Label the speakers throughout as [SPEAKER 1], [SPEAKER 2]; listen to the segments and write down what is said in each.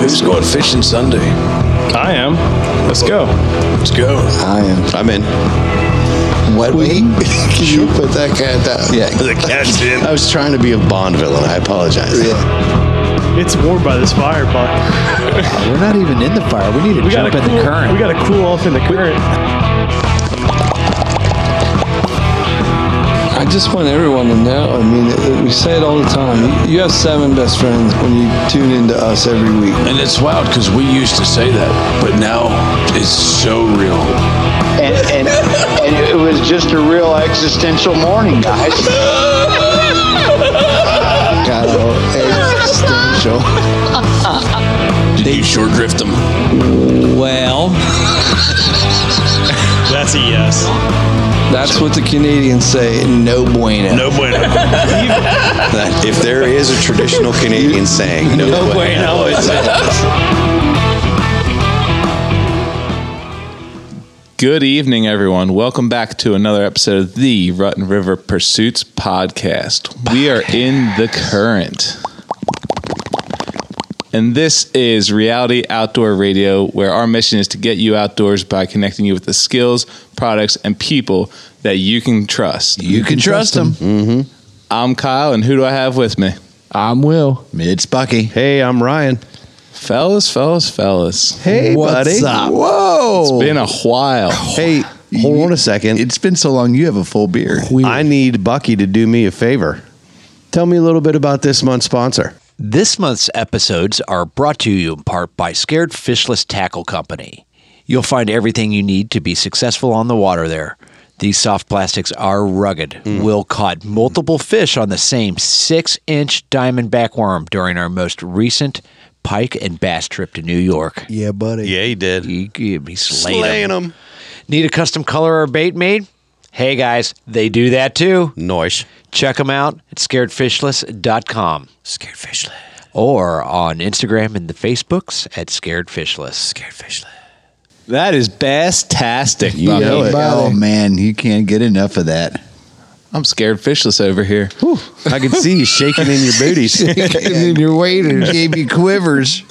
[SPEAKER 1] Who's going fishing Sunday?
[SPEAKER 2] I am. Let's go.
[SPEAKER 1] Let's go.
[SPEAKER 3] Ah,
[SPEAKER 4] I am.
[SPEAKER 5] I'm in.
[SPEAKER 4] What? Wait. Can you put that cat down?
[SPEAKER 5] Yeah.
[SPEAKER 1] The cat's in.
[SPEAKER 5] I was trying to be a Bond villain. I apologize.
[SPEAKER 4] Yeah.
[SPEAKER 2] It's warm by this fire, but
[SPEAKER 4] We're not even in the fire. We need to
[SPEAKER 2] we gotta
[SPEAKER 4] jump in
[SPEAKER 2] cool,
[SPEAKER 4] the current.
[SPEAKER 2] We gotta cool off in the current.
[SPEAKER 3] I just want everyone to know. I mean, it- it- we say it all the time. You have seven best friends when you tune into us every week.
[SPEAKER 1] And it's wild because we used to say that, but now it's so real.
[SPEAKER 6] and, and, and it was just a real existential morning, guys.
[SPEAKER 4] Kyle,
[SPEAKER 3] eh,
[SPEAKER 4] existential.
[SPEAKER 1] Did you short drift them?
[SPEAKER 3] Well,
[SPEAKER 2] That's a yes.
[SPEAKER 3] that's what the Canadians say. No bueno.
[SPEAKER 1] No bueno.
[SPEAKER 5] That- if there is a traditional Canadian saying, no,
[SPEAKER 3] No
[SPEAKER 5] way, no, it's
[SPEAKER 7] Good evening, everyone. Welcome back to another episode of the Rutten River Pursuits podcast. We are in the current. And this is Reality Outdoor Radio, where our mission is to get you outdoors by connecting you with the skills, products, and people that you can trust.
[SPEAKER 5] You can trust them. Mm-hmm.
[SPEAKER 7] I'm Kyle, and who do I have with me?
[SPEAKER 4] I'm Will.
[SPEAKER 5] It's Bucky. Hey, I'm Ryan.
[SPEAKER 7] Fellas, fellas, fellas.
[SPEAKER 5] Hey,
[SPEAKER 4] What's up?
[SPEAKER 5] Whoa.
[SPEAKER 7] Been a while.
[SPEAKER 5] hey, hold on a second.
[SPEAKER 8] It's been so long. You have a full beard.
[SPEAKER 5] I need Bucky to do me a favor. Tell me a little bit about this month's sponsor.
[SPEAKER 9] This month's episodes are brought to you in part by Scared Fishless Tackle Company. You'll find everything you need to be successful on the water there. These soft plastics are rugged.
[SPEAKER 5] Hmm.
[SPEAKER 9] Will caught multiple fish on the same six inch diamondback worm during our most recent pike and bass trip to New York.
[SPEAKER 4] Yeah, buddy.
[SPEAKER 5] he did.
[SPEAKER 9] He, he he slayed 'em.
[SPEAKER 5] Slaying them.
[SPEAKER 9] Need a custom color or bait made? Hey guys, they do that too.
[SPEAKER 5] Noise.
[SPEAKER 9] Check them out at scaredfishless.com. Scared Fishless. Or on Instagram and the Facebooks at Scared Fishless. Scared Fishless.
[SPEAKER 7] That is bass-tastic. Bucky.
[SPEAKER 4] know it.
[SPEAKER 8] Oh man, you can't get enough of that.
[SPEAKER 7] I'm scared fishless over here.
[SPEAKER 5] I can see you shaking in your booties.
[SPEAKER 4] your waiters gave you quivers.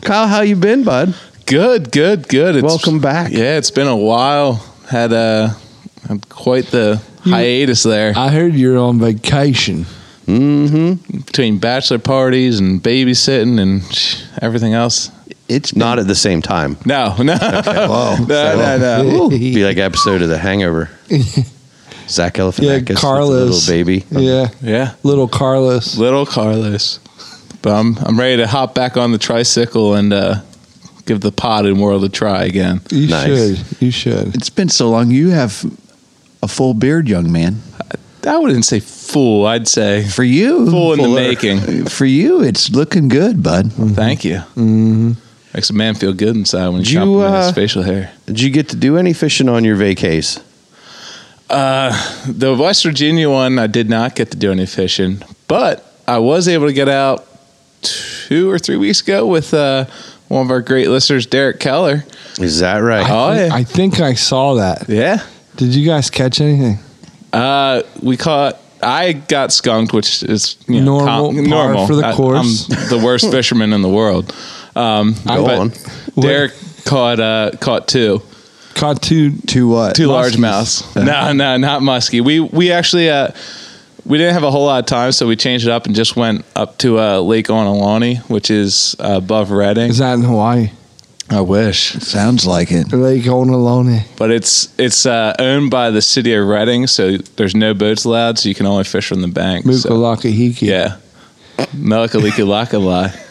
[SPEAKER 5] Kyle, how you been, bud?
[SPEAKER 7] Good, good, good. It's,
[SPEAKER 5] Welcome back.
[SPEAKER 7] Yeah, it's been a while. Had uh, had quite the hiatus there
[SPEAKER 3] I heard you're on vacation.
[SPEAKER 7] between bachelor parties and babysitting and sh- everything else.
[SPEAKER 8] It's been-
[SPEAKER 5] Not at the same time.
[SPEAKER 7] No, no,
[SPEAKER 8] Whoa.
[SPEAKER 7] no, no, no.
[SPEAKER 5] Be like episode of The Hangover. Zach
[SPEAKER 3] Yeah,
[SPEAKER 5] Galifianakis, with the
[SPEAKER 3] Carlos.
[SPEAKER 5] little baby.
[SPEAKER 3] Yeah,
[SPEAKER 7] Yeah,
[SPEAKER 3] little Carlos.
[SPEAKER 7] little Carlos. But I'm I'm ready to hop back on the tricycle and uh, give the pot and world a try again.
[SPEAKER 3] You
[SPEAKER 5] Nice.
[SPEAKER 3] should. You should.
[SPEAKER 8] It's been so long. You have a full beard, young man.
[SPEAKER 7] I wouldn't say fool. I'd say
[SPEAKER 8] For you,
[SPEAKER 7] Full in the
[SPEAKER 8] fuller. Mm-hmm.
[SPEAKER 7] making.
[SPEAKER 8] For you, it's looking good, bud.
[SPEAKER 7] thank you. Makes a man feel good inside when
[SPEAKER 5] Did
[SPEAKER 7] you
[SPEAKER 5] you,
[SPEAKER 7] compliment his
[SPEAKER 5] uh,
[SPEAKER 7] facial hair.
[SPEAKER 5] Did you get to do any fishing on your vacays?
[SPEAKER 7] The West Virginia one, I did not get to do any fishing, but I was able to get out two or three weeks ago with uh, one of our great listeners, Derek Keller.
[SPEAKER 5] Is that right?
[SPEAKER 7] Oh, yeah.
[SPEAKER 3] I think I saw that.
[SPEAKER 7] yeah.
[SPEAKER 3] Did you guys catch anything?
[SPEAKER 7] Uh, we caught. I got skunked, which is you know,
[SPEAKER 3] Normal, par for the
[SPEAKER 7] I-
[SPEAKER 3] course.
[SPEAKER 7] I'm the worst fisherman in the world. Um,
[SPEAKER 5] Go
[SPEAKER 7] but
[SPEAKER 5] on.
[SPEAKER 7] Derek caught uh, caught two.
[SPEAKER 3] Caught two.
[SPEAKER 8] To what?
[SPEAKER 7] Two largemouths. No, no, not muskie. We we actually uh, we didn't have a whole lot of time, so we changed it up and just went up to uh, Lake Onalani, which is uh, above Reading.
[SPEAKER 3] Is that in Hawaii?
[SPEAKER 7] I wish,
[SPEAKER 8] Sounds like it.
[SPEAKER 3] Lake Onalone.
[SPEAKER 7] but it's it's uh, owned by the city of Reading, so there's no boats allowed, so you can only fish from the bank. So,
[SPEAKER 3] Mukalakahiki.
[SPEAKER 7] yeah, Melikalikalakalai.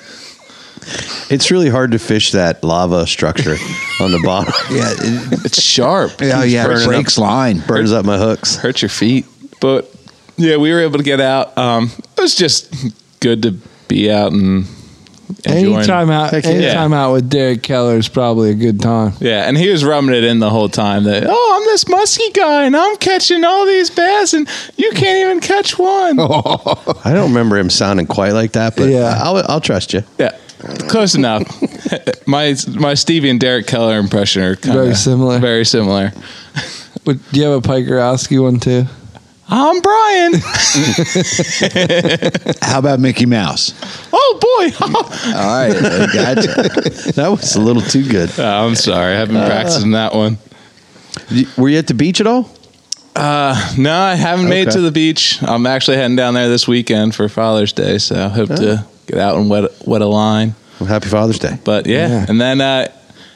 [SPEAKER 5] It's really hard to fish that lava structure on the bottom.
[SPEAKER 8] Yeah. It,
[SPEAKER 7] It's sharp.
[SPEAKER 8] yeah. yeah
[SPEAKER 5] burning
[SPEAKER 8] it
[SPEAKER 5] up.
[SPEAKER 8] breaks line.
[SPEAKER 5] Burns up my hooks.
[SPEAKER 7] hurt your feet. But yeah, we were able to get out. Um, it was just good to be out and enjoying.
[SPEAKER 3] Anytime out,
[SPEAKER 5] Heck yeah.
[SPEAKER 3] anytime out with Derek Keller is probably a good time.
[SPEAKER 7] Yeah, and he was rubbing it in the whole time that oh, I'm this musky guy and I'm catching all these bass and you can't even catch one.
[SPEAKER 5] I don't remember him sounding quite like that, but
[SPEAKER 3] Yeah.
[SPEAKER 5] I'll, I'll trust you.
[SPEAKER 7] Yeah, close enough. my my Stevie and Derek Keller impression are kinda
[SPEAKER 3] Very similar.
[SPEAKER 7] Very similar.
[SPEAKER 3] Would, do you have a Pikerowski one too?
[SPEAKER 7] I'm Brian.
[SPEAKER 8] How about Mickey Mouse?
[SPEAKER 7] oh boy.
[SPEAKER 4] All right, I gotcha.
[SPEAKER 5] That was a little too good.
[SPEAKER 7] Uh, I'm sorry. I haven't been practicing that one.
[SPEAKER 5] Y- Were you at the beach at all?
[SPEAKER 7] No, I haven't made it
[SPEAKER 5] Okay.
[SPEAKER 7] to the beach. I'm actually heading down there this weekend for Father's Day, so I hope to get out and wet wet a line.
[SPEAKER 5] Well, happy Father's Day.
[SPEAKER 7] But yeah, and then uh,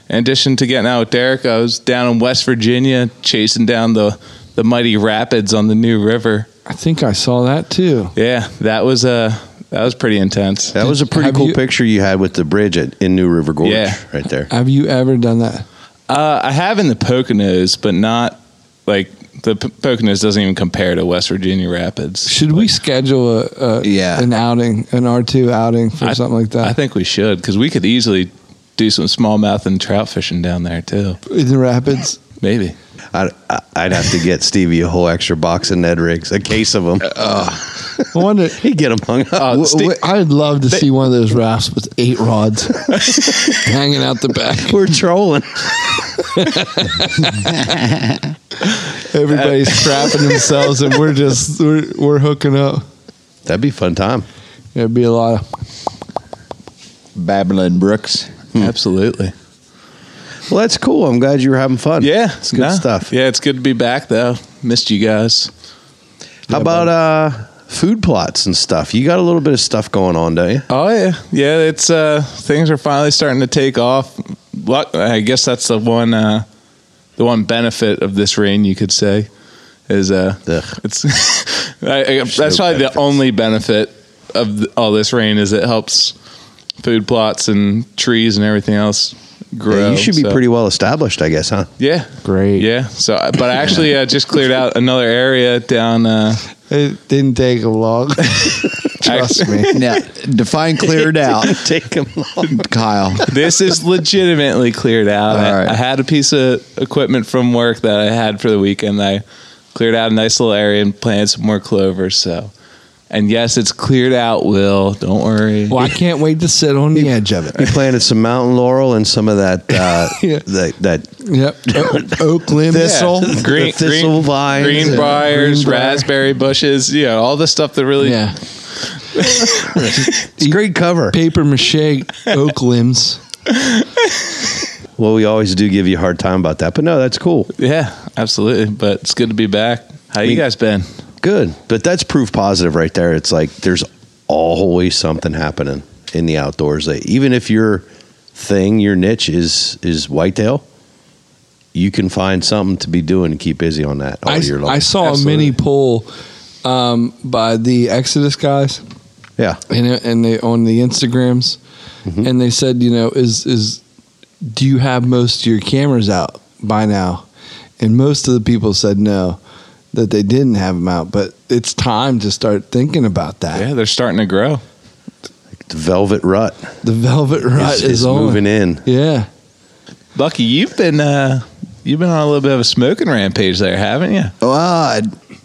[SPEAKER 7] in addition to getting out with Derek, I was down in West Virginia chasing down the the mighty rapids on the New River.
[SPEAKER 3] I think I saw that too.
[SPEAKER 7] Yeah, that was uh, that was pretty intense.
[SPEAKER 5] That was a pretty
[SPEAKER 3] Have
[SPEAKER 5] cool
[SPEAKER 3] you-
[SPEAKER 5] picture you had with the bridge at, in New River Gorge,
[SPEAKER 7] Yeah.
[SPEAKER 5] right there.
[SPEAKER 3] Have you ever done that?
[SPEAKER 7] Uh, I have in the Poconos, but not like the P- Poconos doesn't even compare to West Virginia Rapids.
[SPEAKER 3] Should we schedule a, a
[SPEAKER 4] Yeah.
[SPEAKER 3] an outing, an R two outing for
[SPEAKER 7] I-
[SPEAKER 3] something like that
[SPEAKER 7] I think we should because we could easily do some smallmouth and trout fishing down there too.
[SPEAKER 3] in the rapids?
[SPEAKER 7] Maybe.
[SPEAKER 5] I'd, I- I'd have to get Stevie a whole extra box of Ned Rigs, a case of them.
[SPEAKER 3] I wonder.
[SPEAKER 5] He'd get them hung up.
[SPEAKER 7] Uh,
[SPEAKER 3] w-
[SPEAKER 7] Ste-
[SPEAKER 3] w- I'd love to see one of those rafts with eight rods hanging out the back.
[SPEAKER 5] We're trolling.
[SPEAKER 3] Everybody's crapping themselves, and we're just we're, we're hooking up.
[SPEAKER 5] That'd be a fun time.
[SPEAKER 3] It'd be a lot of
[SPEAKER 4] Babylon Brooks.
[SPEAKER 7] Absolutely.
[SPEAKER 5] Well, that's cool. I'm glad you were having fun.
[SPEAKER 7] Yeah,
[SPEAKER 5] it's good
[SPEAKER 7] nah.
[SPEAKER 5] stuff.
[SPEAKER 7] Yeah, it's good to be back though. Missed you guys.
[SPEAKER 5] How about uh, food plots and stuff? You got a little bit of stuff going on, don't you?
[SPEAKER 7] Oh yeah, yeah. It's uh, things are finally starting to take off. Luck, I guess that's the one, uh, the one benefit of this rain, you could say, is uh,
[SPEAKER 5] Ugh.
[SPEAKER 7] it's I, I, that's
[SPEAKER 5] no
[SPEAKER 7] probably
[SPEAKER 5] benefits.
[SPEAKER 7] the only benefit of th- all this rain is it helps food plots and trees and everything else grow.
[SPEAKER 5] Yeah, you should be
[SPEAKER 7] so-
[SPEAKER 5] pretty well established, I guess, huh?
[SPEAKER 7] Yeah,
[SPEAKER 3] great.
[SPEAKER 7] yeah. So, I- but I actually uh, just cleared out another area down. Uh,
[SPEAKER 3] It didn't take long. Trust me.
[SPEAKER 4] Now, define cleared out,
[SPEAKER 5] Take them long.
[SPEAKER 4] Kyle.
[SPEAKER 7] this is legitimately cleared out. I,
[SPEAKER 4] All right.
[SPEAKER 7] I had a piece of equipment from work that I had for the weekend. I cleared out a nice little area and planted some more clover. So, and yes, it's cleared out. Will don't worry.
[SPEAKER 3] Well, I can't wait to sit on the edge of
[SPEAKER 5] You
[SPEAKER 3] it.
[SPEAKER 5] planted some mountain laurel and some of that uh,
[SPEAKER 3] Yeah.
[SPEAKER 5] that, that
[SPEAKER 3] Yep. Oak limb.
[SPEAKER 5] thistle,
[SPEAKER 7] Green,
[SPEAKER 5] the thistle
[SPEAKER 7] green,
[SPEAKER 5] vines,
[SPEAKER 7] green
[SPEAKER 5] and-
[SPEAKER 7] briars, raspberry bushes, you know, all the stuff that really.
[SPEAKER 3] Yeah.
[SPEAKER 5] It's great cover.
[SPEAKER 3] Paper mache oak limbs.
[SPEAKER 5] Well, we always do give you a hard time about that, but no, that's cool.
[SPEAKER 7] Yeah, absolutely. But it's good to be back. How
[SPEAKER 5] We-
[SPEAKER 7] you guys been?
[SPEAKER 5] Good, but that's proof positive right there. It's like there's always something happening in the outdoors. Like, even if your thing, your niche is is whitetail, you can find something to be doing and keep busy on that all
[SPEAKER 3] I,
[SPEAKER 5] year long.
[SPEAKER 3] I saw
[SPEAKER 7] Oh,
[SPEAKER 3] a mini poll um, by the Exodus guys.
[SPEAKER 5] yeah,
[SPEAKER 3] and it- and they on the Instagrams,
[SPEAKER 5] Mm-hmm.
[SPEAKER 3] and they said, you know, is is do you have most of your cameras out by now? And most of the people said no, that they didn't have them out. But it's time to start thinking about that.
[SPEAKER 7] Yeah, they're starting to grow.
[SPEAKER 5] the velvet rut
[SPEAKER 3] The velvet rut
[SPEAKER 5] is,
[SPEAKER 3] is,
[SPEAKER 5] is
[SPEAKER 3] on.
[SPEAKER 5] moving in.
[SPEAKER 3] Yeah,
[SPEAKER 7] Bucky, you've been uh, you've been on a little bit of a smoking rampage there, haven't you?
[SPEAKER 4] Well, I-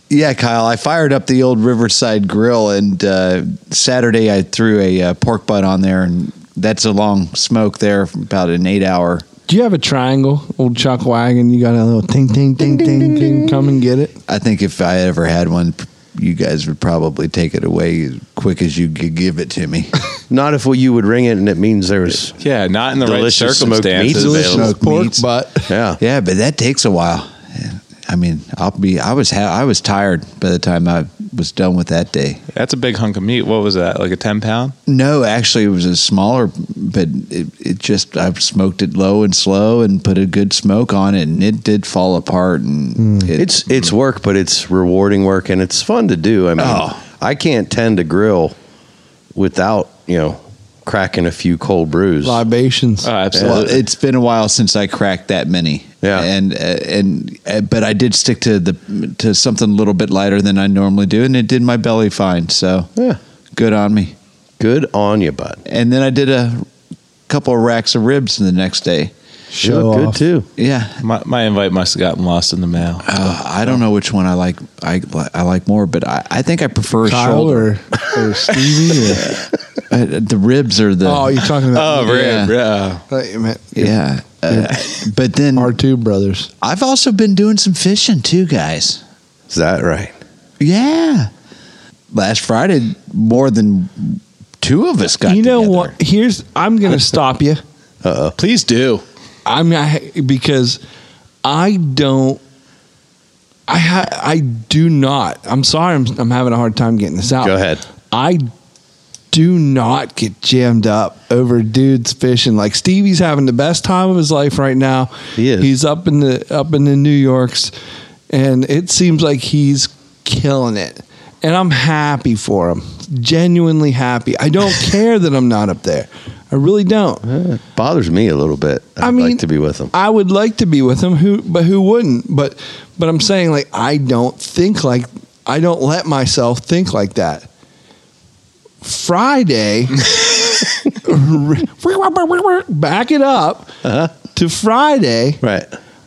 [SPEAKER 4] yeah, Kyle. I fired up the old Riverside Grill, and uh, Saturday I threw a uh, pork butt on there, and that's a long smoke there, about an eight hour.
[SPEAKER 3] do you have a triangle, old chuck wagon? You got a little ting ting ting ting ting. Come and get it.
[SPEAKER 4] I think if I ever had one, you guys would probably take it away as quick as you could give it to me.
[SPEAKER 5] Not if you would ring it and it means there's
[SPEAKER 7] Yeah, not in the right
[SPEAKER 5] Delicious smoked
[SPEAKER 7] circumstances.
[SPEAKER 5] meats.
[SPEAKER 3] Delicious
[SPEAKER 4] available.
[SPEAKER 3] pork
[SPEAKER 4] Meats.
[SPEAKER 3] butt.
[SPEAKER 5] yeah.
[SPEAKER 4] Yeah, but that takes a while. I mean, I'll be. I was. Ha- I was tired by the time I was done with that day.
[SPEAKER 7] That's a big hunk of meat. What was that? Like a ten pound?
[SPEAKER 4] No, actually, it was a smaller, but it, it just I smoked it low and slow and put a good smoke on it, and it did fall apart. And it-
[SPEAKER 5] It's it's work, but it's rewarding work and it's fun to do. I mean,
[SPEAKER 4] Oh.
[SPEAKER 5] I can't tend to grill without you know cracking a few cold brews.
[SPEAKER 3] Libations.
[SPEAKER 7] Oh,
[SPEAKER 4] well,
[SPEAKER 7] absolutely.
[SPEAKER 4] it's been a while since I cracked that many.
[SPEAKER 5] Yeah.
[SPEAKER 4] and uh, and uh, but I did stick to the to something a little bit lighter than I normally do, and it did my belly fine. So
[SPEAKER 5] Yeah.
[SPEAKER 4] good on me.
[SPEAKER 5] Good on you, bud.
[SPEAKER 4] and then I did a couple of racks of ribs the next day.
[SPEAKER 5] You
[SPEAKER 3] Show
[SPEAKER 5] look good
[SPEAKER 3] off.
[SPEAKER 5] too.
[SPEAKER 4] Yeah,
[SPEAKER 7] my, my invite must have gotten lost in the mail.
[SPEAKER 4] uh, I don't know which one I like. I li- I like more, but I, I think I prefer
[SPEAKER 3] Kyle
[SPEAKER 4] shoulder.
[SPEAKER 3] or, or Stevie. Or,
[SPEAKER 4] Uh, the ribs are the
[SPEAKER 3] oh, you're talking about?
[SPEAKER 7] Oh, rib, yeah.
[SPEAKER 3] I thought you meant
[SPEAKER 4] yeah. Uh, but then
[SPEAKER 3] our two brothers.
[SPEAKER 4] I've also been doing some fishing too, guys.
[SPEAKER 5] Is that right?
[SPEAKER 4] Yeah, last Friday more than two of us got.
[SPEAKER 3] you know
[SPEAKER 4] together.
[SPEAKER 3] what? Here's I'm gonna stop you.
[SPEAKER 7] Please do.
[SPEAKER 3] I'm not because I don't. I ha, I do not. I'm sorry. I'm, I'm having a hard time getting this out.
[SPEAKER 5] Go ahead.
[SPEAKER 3] I do not get jammed up over dudes fishing. Like Stevie's having the best time of his life right now.
[SPEAKER 5] He is.
[SPEAKER 3] He's up in the up in the New Yorks, and it seems like he's killing it. And I'm happy for him. Genuinely happy. I don't care that I'm not up there. I really don't.
[SPEAKER 5] It bothers me a little bit. I'd
[SPEAKER 3] I mean,
[SPEAKER 5] like to be with them.
[SPEAKER 3] I would like to be with him. Who, but who wouldn't? But, but I'm saying like I don't think like I don't let myself think like that. Friday, back it up
[SPEAKER 5] Uh-huh.
[SPEAKER 3] to Friday.
[SPEAKER 5] Right.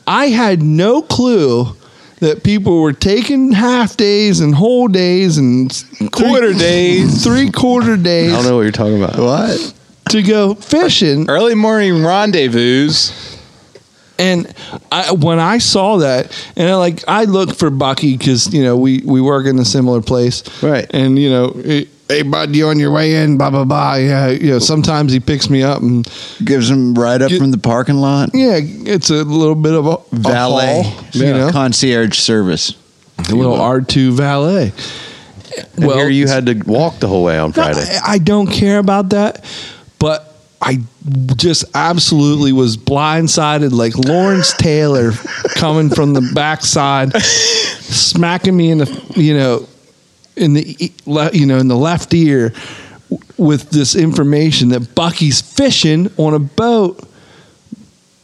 [SPEAKER 3] I had no clue that people were taking half days and whole days and quarter days, three quarter
[SPEAKER 5] I don't
[SPEAKER 3] days
[SPEAKER 5] know what you're talking about.
[SPEAKER 4] What?
[SPEAKER 3] to go fishing.
[SPEAKER 7] Early morning rendezvous.
[SPEAKER 3] And I, when I saw that, and I, like I look for Bucky because you know we we work in a similar place,
[SPEAKER 5] Right.
[SPEAKER 3] And you know, hey bud, you on your way in? Blah blah blah. Yeah, you know. Sometimes he picks me up, and
[SPEAKER 4] Gives him right up from the parking lot.
[SPEAKER 3] yeah, it's a little bit of a a
[SPEAKER 4] Valet,
[SPEAKER 3] haul, you know,
[SPEAKER 4] concierge service.
[SPEAKER 3] a little R two valet.
[SPEAKER 5] And here you had to walk the whole way on
[SPEAKER 3] No,
[SPEAKER 5] Friday.
[SPEAKER 3] I, I don't care about that, but I just absolutely was blindsided, like Lawrence Taylor coming from the backside, smacking me in the you know in the e- le- you know in the left ear w- with this information that Bucky's fishing on a boat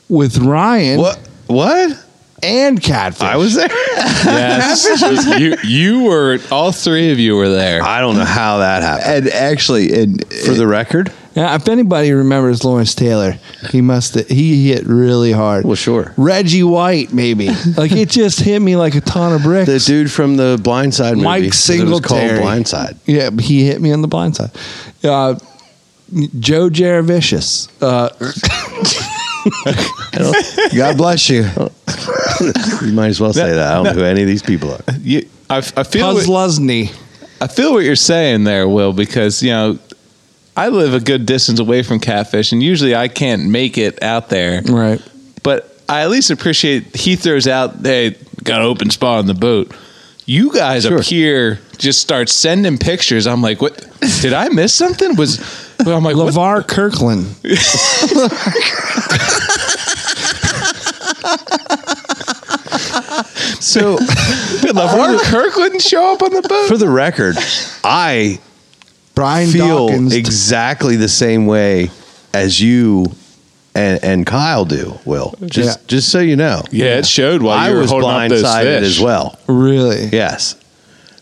[SPEAKER 3] with Ryan
[SPEAKER 5] what? What?
[SPEAKER 3] and catfish.
[SPEAKER 5] I was there.
[SPEAKER 7] Yes. you you were all three of you were there.
[SPEAKER 5] I don't know how that happened.
[SPEAKER 4] And actually, and
[SPEAKER 5] For the record,
[SPEAKER 3] Now, if anybody remembers Lawrence Taylor, he must he hit really hard.
[SPEAKER 5] Well, sure.
[SPEAKER 3] Reggie White, maybe. like it just hit me like a ton of bricks.
[SPEAKER 5] the dude from the Blind Side movie,
[SPEAKER 3] Mike
[SPEAKER 5] 'cause it was called
[SPEAKER 3] Singletary.
[SPEAKER 5] Blind Side.
[SPEAKER 3] Yeah, but he hit me on the blind side. Uh, Joe Jaravicious. Uh,
[SPEAKER 4] God bless you.
[SPEAKER 5] You might as well say that. I don't know who any of these people are.
[SPEAKER 7] You, I, I feel
[SPEAKER 3] Buzz
[SPEAKER 7] what,
[SPEAKER 3] Luzny.
[SPEAKER 7] I feel what you're saying there, Will, because you know I live a good distance away from catfish, and usually I can't make it out there.
[SPEAKER 3] Right.
[SPEAKER 7] But I at least appreciate he throws out. Hey, got an open spot on the boat. You guys up here just start sending pictures. I'm like, what? Did I miss something? Was I'm like, what?
[SPEAKER 3] LeVar Kirkland.
[SPEAKER 5] So,
[SPEAKER 7] Did LeVar Kirkland show up on the boat?
[SPEAKER 5] for the record, I
[SPEAKER 3] Brian
[SPEAKER 5] feel
[SPEAKER 3] Dawkins.
[SPEAKER 5] exactly the same way as you and and Kyle do. Will just
[SPEAKER 3] Yeah.
[SPEAKER 5] just so you know,
[SPEAKER 7] Yeah, it showed while
[SPEAKER 5] I
[SPEAKER 7] you were
[SPEAKER 5] was
[SPEAKER 7] holding up those
[SPEAKER 5] blindsided
[SPEAKER 7] fish.
[SPEAKER 5] as well.
[SPEAKER 3] really?
[SPEAKER 5] Yes.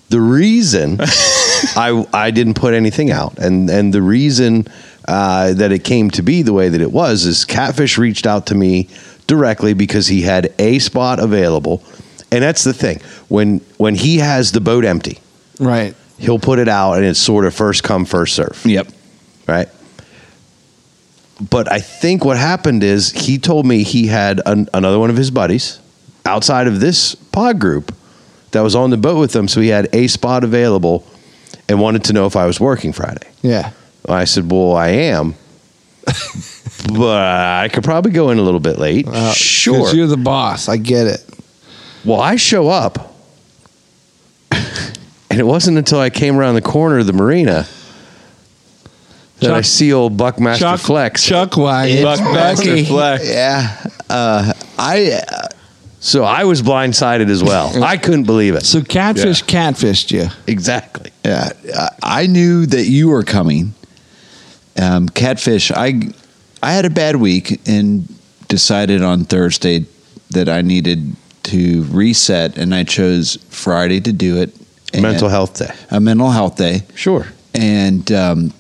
[SPEAKER 5] The reason I I didn't put anything out, and and the reason uh, that it came to be the way that it was is Catfish reached out to me directly because he had a spot available, and that's the thing when when he has the boat empty,
[SPEAKER 3] Right.
[SPEAKER 5] he'll put it out, and it's sort of first come first serve
[SPEAKER 4] Yep.
[SPEAKER 5] right? But I think what happened is he told me he had an, another one of his buddies outside of this pod group that was on the boat with them, so he had a spot available and wanted to know if I was working Friday.
[SPEAKER 3] Yeah.
[SPEAKER 5] I said, "Well, I am, but I could probably go in a little bit late."
[SPEAKER 3] Uh, 'cause
[SPEAKER 5] sure.
[SPEAKER 3] You're the boss. I get it.
[SPEAKER 5] Well, I show up, and it wasn't until I came around the corner of the marina that I
[SPEAKER 3] Chuck-
[SPEAKER 5] see old Buckmaster
[SPEAKER 3] Chuck
[SPEAKER 5] Flex.
[SPEAKER 3] Chuck Wagon.
[SPEAKER 7] Buckmaster Flex.
[SPEAKER 4] Yeah. Uh, I uh,
[SPEAKER 5] So I was blindsided as well. I couldn't believe it.
[SPEAKER 3] So catfish catfished you.
[SPEAKER 5] Exactly.
[SPEAKER 4] yeah, I- I knew that you were coming. Um, catfish. I I had a bad week and decided on Thursday that I needed to reset, and I chose Friday to do it. And-
[SPEAKER 5] Mental health day.
[SPEAKER 4] A mental health day.
[SPEAKER 5] Sure.
[SPEAKER 4] and um,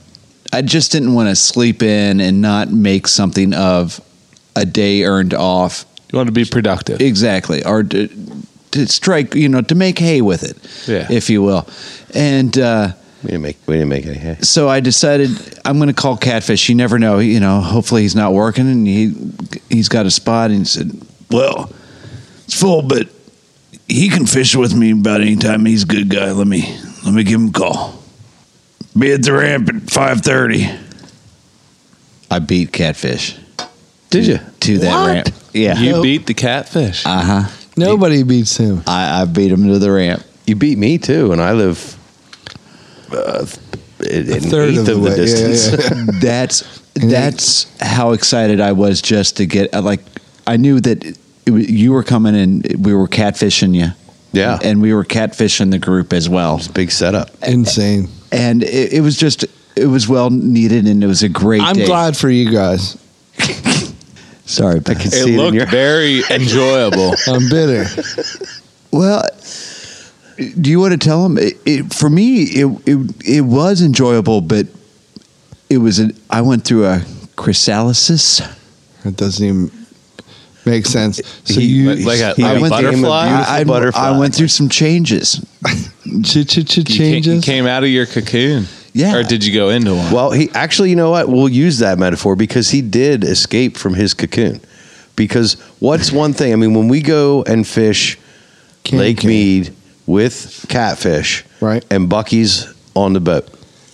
[SPEAKER 4] I just didn't want to sleep in and not make something of a day earned off
[SPEAKER 7] You want to be productive.
[SPEAKER 4] exactly or to, to strike you know to make hay with it
[SPEAKER 7] Yeah.
[SPEAKER 4] if you will and uh,
[SPEAKER 5] We didn't make we didn't make any hay.
[SPEAKER 4] so I decided I'm going to call Catfish. You never know, you know. Hopefully he's not working and he he's got a spot. And he said, "Well, it's full, but he can fish with me about any time. He's a good guy. Let me let me give him a call." Bids are rampant. Five thirty. I beat catfish
[SPEAKER 5] Did you?
[SPEAKER 4] to that ramp. Yeah,
[SPEAKER 7] You beat the catfish.
[SPEAKER 4] uh huh.
[SPEAKER 3] Nobody beats him.
[SPEAKER 4] I, I beat him to the ramp.
[SPEAKER 5] You beat me too, and I live uh, an
[SPEAKER 3] third
[SPEAKER 5] eighth
[SPEAKER 3] of
[SPEAKER 5] of,
[SPEAKER 3] the
[SPEAKER 5] the,
[SPEAKER 3] way, yeah,
[SPEAKER 5] distance.
[SPEAKER 3] yeah,
[SPEAKER 4] that's
[SPEAKER 3] And then-
[SPEAKER 4] that's how excited I was just to get uh, like I knew that it, wa- you were coming and we were catfishing you.
[SPEAKER 5] Yeah.
[SPEAKER 4] and we were catfishing the group as well,
[SPEAKER 5] Big setup.
[SPEAKER 3] Insane.
[SPEAKER 4] and it, it was just it was well needed and it was a great.
[SPEAKER 3] I'm
[SPEAKER 4] day.
[SPEAKER 3] glad for you guys.
[SPEAKER 4] Sorry, I can
[SPEAKER 7] it looked very enjoyable.
[SPEAKER 3] I'm bitter.
[SPEAKER 4] Well, do you want to tell them? It, it, for me, it, it it was enjoyable, but it was an. I went through a chrysalis.
[SPEAKER 3] It doesn't even make sense. So
[SPEAKER 5] He-
[SPEAKER 3] you
[SPEAKER 5] like- like a-
[SPEAKER 3] he-
[SPEAKER 5] I went- became a beautiful
[SPEAKER 4] I, I-
[SPEAKER 5] butterfly.
[SPEAKER 4] I went through some changes.
[SPEAKER 3] ch- ch- ch-
[SPEAKER 7] You ca- you
[SPEAKER 3] changes.
[SPEAKER 7] came out of your cocoon.
[SPEAKER 4] Yeah.
[SPEAKER 7] Or did you go into one?
[SPEAKER 5] Well, he actually, you know what? We'll use that metaphor because he did escape from his cocoon. Because what's one thing? I mean, when we go and fish
[SPEAKER 3] Can-
[SPEAKER 5] Lake
[SPEAKER 3] can.
[SPEAKER 5] Mead with catfish,
[SPEAKER 3] Right.
[SPEAKER 5] And Bucky's on the boat.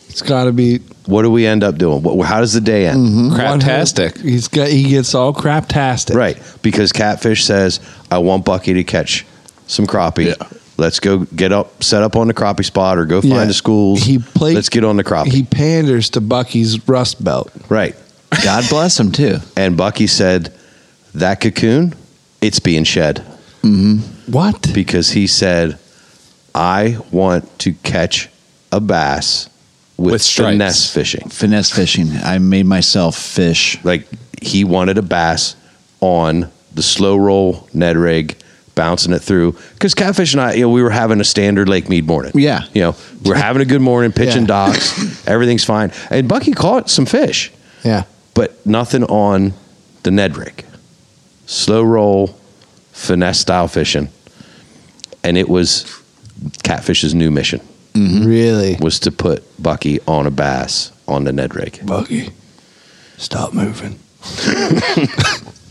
[SPEAKER 3] It's got to be
[SPEAKER 5] What do we end up doing? What, how does the day end?
[SPEAKER 3] Mm-hmm.
[SPEAKER 7] Craptastic.
[SPEAKER 3] 100 He's got he gets all craptastic.
[SPEAKER 5] Right, because catfish says, "I want Bucky to catch some crappie. Let's go get up, set up on the crappie spot, or go find
[SPEAKER 3] Yeah.
[SPEAKER 5] the schools.
[SPEAKER 3] He played.
[SPEAKER 5] Let's get on the crappie.
[SPEAKER 3] He panders to Bucky's Rust Belt.
[SPEAKER 5] right,
[SPEAKER 4] God bless them too.
[SPEAKER 5] and Bucky said, "That cocoon, it's being shed."
[SPEAKER 4] Mm-hmm.
[SPEAKER 3] What?
[SPEAKER 5] because he said, "I want to catch a bass with,
[SPEAKER 7] With stripes.
[SPEAKER 5] finesse fishing."
[SPEAKER 4] Finesse fishing. I made myself fish.
[SPEAKER 5] Like he wanted a bass on the slow roll Ned rig, bouncing it through. Because catfish and I, you know, we were having a standard Lake Mead morning.
[SPEAKER 4] Yeah.
[SPEAKER 5] you know, we're having a good morning, pitching
[SPEAKER 3] Yeah.
[SPEAKER 5] docks, everything's fine. And Bucky caught some fish,
[SPEAKER 3] yeah.
[SPEAKER 5] but nothing on the Ned rig. Slow roll, finesse style fishing, and it was catfish's new mission. Mm-hmm.
[SPEAKER 3] Really.
[SPEAKER 5] was to put Bucky on a bass on the Ned rig.
[SPEAKER 3] Bucky, stop moving.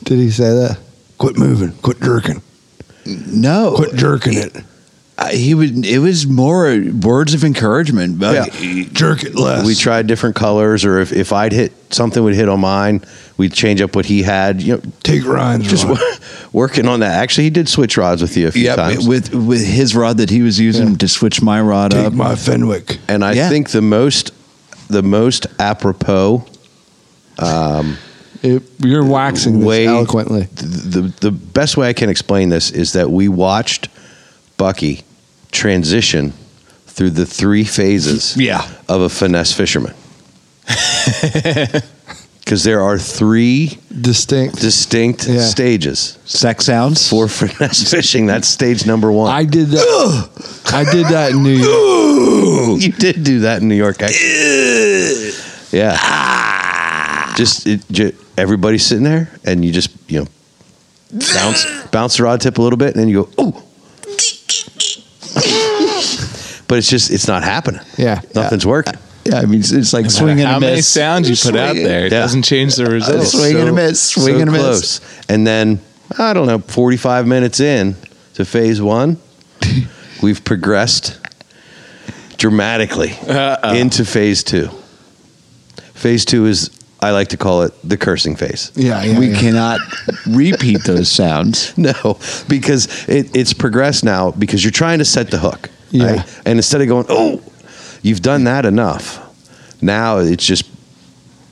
[SPEAKER 3] Did he say that? Quit moving. Quit jerking.
[SPEAKER 4] No,
[SPEAKER 3] Quit jerking it.
[SPEAKER 4] I- he would. It was more words of encouragement. But
[SPEAKER 3] Jerk it less.
[SPEAKER 5] We tried different colors, or if, if I'd hit something would hit on mine, we'd change up what he had. You know,
[SPEAKER 3] Take Ryan's
[SPEAKER 5] just wor-
[SPEAKER 3] rod.
[SPEAKER 5] working on that. Actually, he did switch rods with you a few times,
[SPEAKER 4] with with his rod that he was using to switch my rod
[SPEAKER 3] Take
[SPEAKER 4] up.
[SPEAKER 3] my Fenwick.
[SPEAKER 5] and I
[SPEAKER 4] Yeah.
[SPEAKER 5] think the most the most apropos
[SPEAKER 3] It, you're waxing this
[SPEAKER 5] way
[SPEAKER 3] eloquently.
[SPEAKER 5] The, the the best way I can explain this is that we watched Bucky transition through the three phases
[SPEAKER 7] Yeah.
[SPEAKER 5] of a finesse fisherman. Because there are three
[SPEAKER 3] Distinct.
[SPEAKER 5] distinct
[SPEAKER 3] Yeah.
[SPEAKER 5] stages
[SPEAKER 4] Sex sounds.
[SPEAKER 5] for finesse fishing. That's stage number one.
[SPEAKER 3] I did that. I did that in New York.
[SPEAKER 5] you did do that in New York, actually. yeah. Just, it, ju- everybody's sitting there, and you just you know bounce bounce the rod tip a little bit, and then you go oh. but it's just it's not happening.
[SPEAKER 3] Yeah.
[SPEAKER 5] nothing's working.
[SPEAKER 4] Yeah, I mean, it's, it's like swing and
[SPEAKER 7] How
[SPEAKER 4] a
[SPEAKER 7] many
[SPEAKER 4] miss.
[SPEAKER 7] sounds you put out
[SPEAKER 4] Swing-
[SPEAKER 7] there, it
[SPEAKER 5] Yeah.
[SPEAKER 7] doesn't change the
[SPEAKER 4] Uh,
[SPEAKER 7] results.
[SPEAKER 4] swing and a miss. Swing
[SPEAKER 5] so
[SPEAKER 4] and a miss.
[SPEAKER 5] close. And then I don't know, forty-five minutes in to phase one, we've progressed dramatically into phase two. Phase two is I like to call it the cursing phase.
[SPEAKER 3] Yeah. yeah
[SPEAKER 4] We
[SPEAKER 3] yeah.
[SPEAKER 4] cannot repeat those sounds.
[SPEAKER 5] No, because it, it's progressed now because you're trying to set the hook.
[SPEAKER 3] Yeah.
[SPEAKER 5] And instead of going, oh, you've done that enough. Now it's just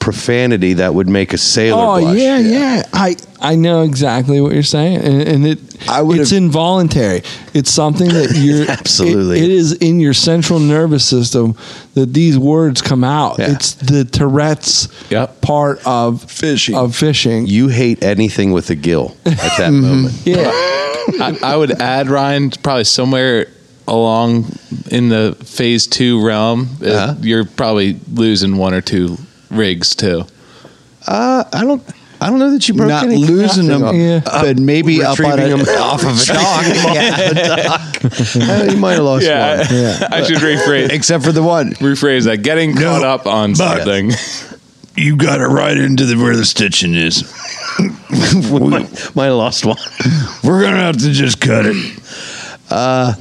[SPEAKER 5] profanity that would make a sailor
[SPEAKER 3] Oh
[SPEAKER 5] blush.
[SPEAKER 3] yeah, yeah, I I know exactly what you're saying, and, and it
[SPEAKER 5] I would've-
[SPEAKER 3] it's involuntary. It's something that you're
[SPEAKER 5] Absolutely.
[SPEAKER 3] it- it is in your central nervous system that these words come out.
[SPEAKER 5] Yeah.
[SPEAKER 3] It's the Tourette's
[SPEAKER 7] Yep.
[SPEAKER 3] part of
[SPEAKER 4] Fishing.
[SPEAKER 3] of fishing.
[SPEAKER 5] you hate anything with a gill at
[SPEAKER 3] Mm-hmm.
[SPEAKER 5] that moment.
[SPEAKER 3] yeah,
[SPEAKER 7] I, I would add Ryan probably somewhere along in the phase two realm. uh,
[SPEAKER 5] Uh-huh.
[SPEAKER 7] You're probably losing one or two rigs too.
[SPEAKER 5] Uh, I don't. I don't know that you broke
[SPEAKER 4] Not
[SPEAKER 5] any
[SPEAKER 4] losing them,
[SPEAKER 5] nothing
[SPEAKER 3] Yeah.
[SPEAKER 4] but maybe up on
[SPEAKER 5] Retrieving
[SPEAKER 4] a,
[SPEAKER 5] them
[SPEAKER 4] off of a dock.
[SPEAKER 5] off. Uh, you might have lost one.
[SPEAKER 7] yeah. I should rephrase
[SPEAKER 4] Except for the one.
[SPEAKER 7] rephrase that. Getting caught up on something.
[SPEAKER 8] You got it right into the where the stitching is.
[SPEAKER 5] Might, might have lost one.
[SPEAKER 8] We're gonna have to just cut it.
[SPEAKER 5] Uh,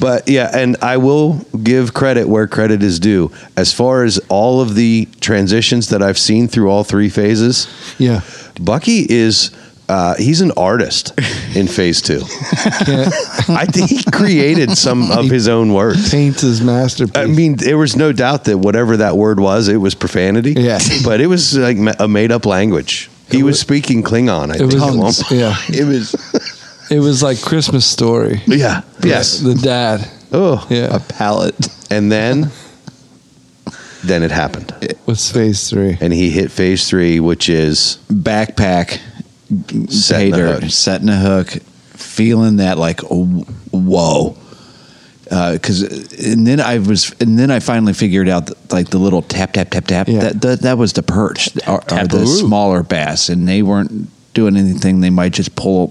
[SPEAKER 5] But yeah, and I will give credit where credit is due. As far as all of the transitions that I've seen through all three phases,
[SPEAKER 3] Yeah.
[SPEAKER 5] Bucky is uh, he's an artist in phase two. I think he created some of his own work.
[SPEAKER 3] Paints his masterpiece.
[SPEAKER 5] I mean, there was no doubt that whatever that word was, it was profanity.
[SPEAKER 3] Yeah.
[SPEAKER 5] but it was like ma- a made up language. He was, speaking Klingon. I
[SPEAKER 3] it
[SPEAKER 5] think.
[SPEAKER 3] was
[SPEAKER 5] at one point.
[SPEAKER 3] yeah.
[SPEAKER 4] It was
[SPEAKER 3] It was like Christmas story.
[SPEAKER 5] Yeah. Yes.
[SPEAKER 3] The dad.
[SPEAKER 5] Oh.
[SPEAKER 3] Yeah.
[SPEAKER 4] palette.
[SPEAKER 5] And then, then it happened,
[SPEAKER 3] Was phase three.
[SPEAKER 5] and he hit phase three, which is
[SPEAKER 4] Backpack.
[SPEAKER 5] Setting the
[SPEAKER 4] Hater,
[SPEAKER 5] hook.
[SPEAKER 4] setting a hook, feeling that like oh, whoa, because and then I was and then I finally figured out that, like the little tap tap tap tap
[SPEAKER 3] Yeah.
[SPEAKER 4] that, that that was the perch or, or the
[SPEAKER 9] Taparoo.
[SPEAKER 4] smaller bass and they weren't doing anything they might just pull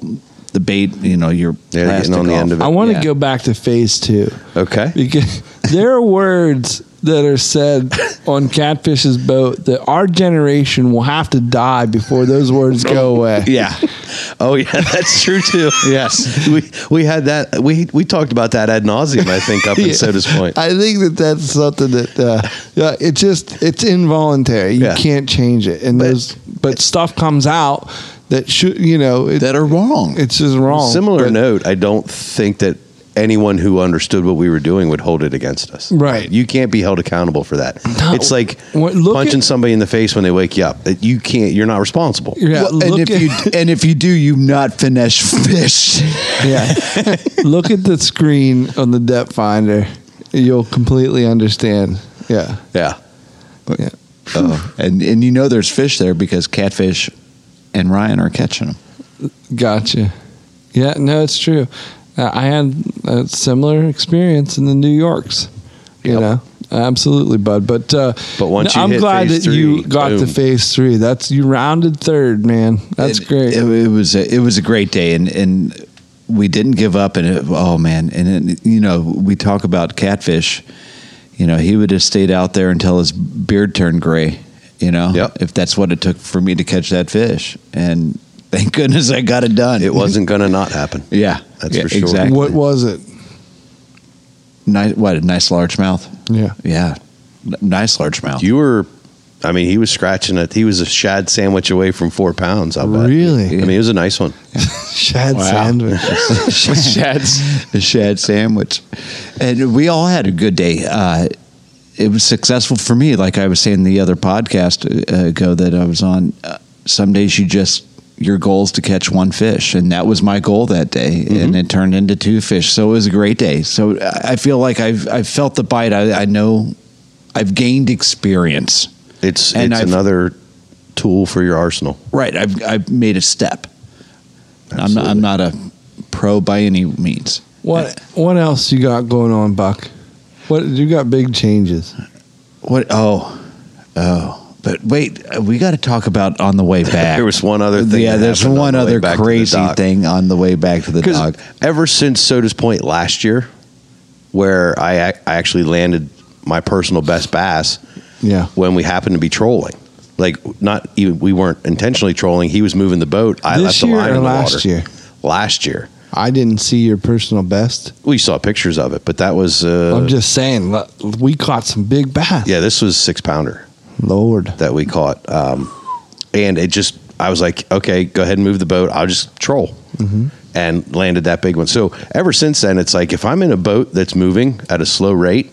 [SPEAKER 4] the bait you know your
[SPEAKER 5] Yeah, they're getting
[SPEAKER 4] plastic
[SPEAKER 5] on the
[SPEAKER 4] off.
[SPEAKER 5] end of it.
[SPEAKER 3] I want to
[SPEAKER 4] Yeah.
[SPEAKER 3] go back to phase two
[SPEAKER 5] okay.
[SPEAKER 3] because there are words that are said on Catfish's boat that our generation will have to die before those words go away.
[SPEAKER 5] Yeah. Oh yeah, that's true too. yes. We we had that we we talked about that ad nauseum, I think, up in
[SPEAKER 3] Yeah.
[SPEAKER 5] Soda's Point.
[SPEAKER 3] I think that that's something that uh, yeah, it just it's involuntary. You
[SPEAKER 5] Yeah.
[SPEAKER 3] can't change it, and those but stuff comes out that should you know it,
[SPEAKER 4] that are wrong.
[SPEAKER 3] it's just wrong.
[SPEAKER 5] Similar
[SPEAKER 3] Oh, But-
[SPEAKER 5] note, I don't think that anyone who understood what we were doing would hold it against us.
[SPEAKER 3] Right.
[SPEAKER 5] You can't be held accountable for that.
[SPEAKER 3] No.
[SPEAKER 5] It's like
[SPEAKER 3] What- look
[SPEAKER 5] punching
[SPEAKER 3] at-
[SPEAKER 5] somebody in the face when they wake you up. You can't you're not responsible.
[SPEAKER 3] Yeah,
[SPEAKER 4] Well, and
[SPEAKER 3] look
[SPEAKER 4] if
[SPEAKER 3] at-
[SPEAKER 4] you and if you do, you not finesse fish.
[SPEAKER 3] yeah. Look at the screen on the depth finder. You'll completely understand. Yeah.
[SPEAKER 5] Yeah.
[SPEAKER 3] Yeah.
[SPEAKER 4] oh, and and you know there's fish there because catfish and Ryan are catching them.
[SPEAKER 3] Gotcha. Yeah, no, it's true. Uh, I had a similar experience in the New Yorks. You know, absolutely, bud. But uh,
[SPEAKER 5] But once you
[SPEAKER 3] I'm
[SPEAKER 5] hit
[SPEAKER 3] glad
[SPEAKER 5] phase
[SPEAKER 3] that you
[SPEAKER 5] three,
[SPEAKER 3] got to
[SPEAKER 5] boom.
[SPEAKER 3] phase three. That's you rounded third, man. That's
[SPEAKER 4] it,
[SPEAKER 3] great.
[SPEAKER 4] It, it was a, it was a great day, and and we didn't give up. And it, oh man, and it, you know we talk about catfish. You know he would have stayed out there until his beard turned gray. You know,
[SPEAKER 5] Yep.
[SPEAKER 4] if that's what it took for me to catch that fish, and thank goodness I got it done.
[SPEAKER 5] It wasn't gonna not happen.
[SPEAKER 4] Yeah,
[SPEAKER 5] That's
[SPEAKER 4] Yeah,
[SPEAKER 5] for sure.
[SPEAKER 4] Exactly.
[SPEAKER 3] what was it?
[SPEAKER 4] Nice, what a nice largemouth.
[SPEAKER 3] Yeah.
[SPEAKER 4] Yeah, N- nice largemouth.
[SPEAKER 5] You were I mean, he was scratching it. He was a shad sandwich away from four pounds, I bet.
[SPEAKER 3] Really?
[SPEAKER 5] I mean, it was a nice one.
[SPEAKER 3] Shad sandwiches.
[SPEAKER 7] Shad's
[SPEAKER 4] a shad sandwich. And we all had a good day. Uh, it was successful for me. Like I was saying the other podcast uh, ago that I was on, uh, some days you just, your goal is to catch one fish. And that was my goal that day. And it turned into two fish. So it was a great day. So I I feel like I've, I've felt the bite. I, I know I've gained experience.
[SPEAKER 5] It's
[SPEAKER 4] And
[SPEAKER 5] it's
[SPEAKER 4] I've-
[SPEAKER 5] another tool for your arsenal.
[SPEAKER 4] Right. I've, I've made a step. I'm not, I'm not a pro by any means.
[SPEAKER 3] what What else you got going on, Buck? What you got? Big changes.
[SPEAKER 4] What? Oh, oh. But wait, uh, we got to talk about on the way back.
[SPEAKER 5] There was one other thing
[SPEAKER 4] Yeah,
[SPEAKER 5] that
[SPEAKER 4] there's
[SPEAKER 5] happened on
[SPEAKER 4] one
[SPEAKER 5] the way
[SPEAKER 4] other
[SPEAKER 5] back to the
[SPEAKER 4] crazy
[SPEAKER 5] dock.
[SPEAKER 4] thing on the way back to the
[SPEAKER 5] Because
[SPEAKER 4] dog.
[SPEAKER 5] ever since Soda's Point last year, where I ac- I actually landed my personal best bass
[SPEAKER 3] Yeah.
[SPEAKER 5] when we happened to be trolling, like not even we weren't intentionally trolling. He was moving the boat. I
[SPEAKER 3] This
[SPEAKER 5] left the
[SPEAKER 3] year
[SPEAKER 5] line
[SPEAKER 3] or
[SPEAKER 5] in the
[SPEAKER 3] last
[SPEAKER 5] water.
[SPEAKER 3] year?
[SPEAKER 5] Last year,
[SPEAKER 3] I didn't see your personal best.
[SPEAKER 5] we saw pictures of it, but that was uh,
[SPEAKER 3] I'm just saying, l- we caught some big bass.
[SPEAKER 5] yeah, this was six pounder
[SPEAKER 3] Lord.
[SPEAKER 5] that we caught, um, and it just I was like, okay, go ahead and move the boat. I'll just troll.
[SPEAKER 3] Mm-hmm.
[SPEAKER 5] And landed that big one. So ever since then, it's like if I'm in a boat that's moving at a slow rate,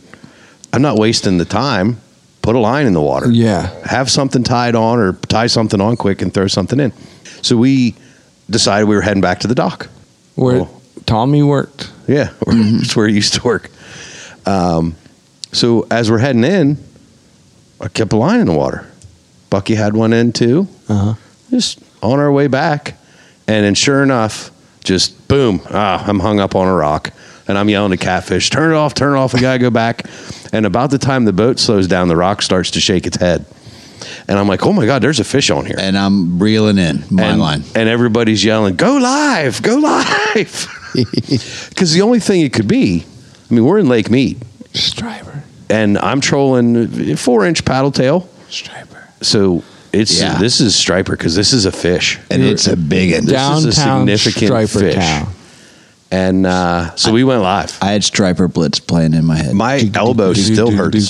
[SPEAKER 5] I'm not wasting the time. Put a line in the water.
[SPEAKER 3] Yeah.
[SPEAKER 5] Have something tied on or tie something on quick and throw something in. So we decided we were heading back to the dock.
[SPEAKER 3] Where
[SPEAKER 4] Oh.
[SPEAKER 5] Cool.
[SPEAKER 3] Tommy worked.
[SPEAKER 5] Yeah. it's where it used to work. Um, so as we're heading in, I kept a line in the water. Bucky had one in too.
[SPEAKER 3] Uh-huh.
[SPEAKER 5] Just on our way back. And then sure enough, just boom, ah, I'm hung up on a rock. And I'm yelling to catfish, turn it off, turn it off, we gotta go back. And about the time the boat slows down, the rock starts to shake its head. And I'm like, oh my God, there's a fish on here
[SPEAKER 4] and I'm reeling in my
[SPEAKER 5] and,
[SPEAKER 4] line.
[SPEAKER 5] and everybody's yelling, "Go live! Go live!" Because the only thing it could be, I mean, we're in Lake Mead,
[SPEAKER 3] Striver.
[SPEAKER 5] and I'm trolling four-inch paddle tail.
[SPEAKER 3] Striver.
[SPEAKER 5] So it's
[SPEAKER 4] Yeah.
[SPEAKER 5] this is striper because this is a fish,
[SPEAKER 4] And it's a big one.
[SPEAKER 5] This is a
[SPEAKER 3] Downtown
[SPEAKER 5] significant
[SPEAKER 3] Striper
[SPEAKER 5] fish.
[SPEAKER 3] Town.
[SPEAKER 5] and uh, so we went live.
[SPEAKER 4] I had Striper Blitz playing in my head.
[SPEAKER 5] My elbow still hurts.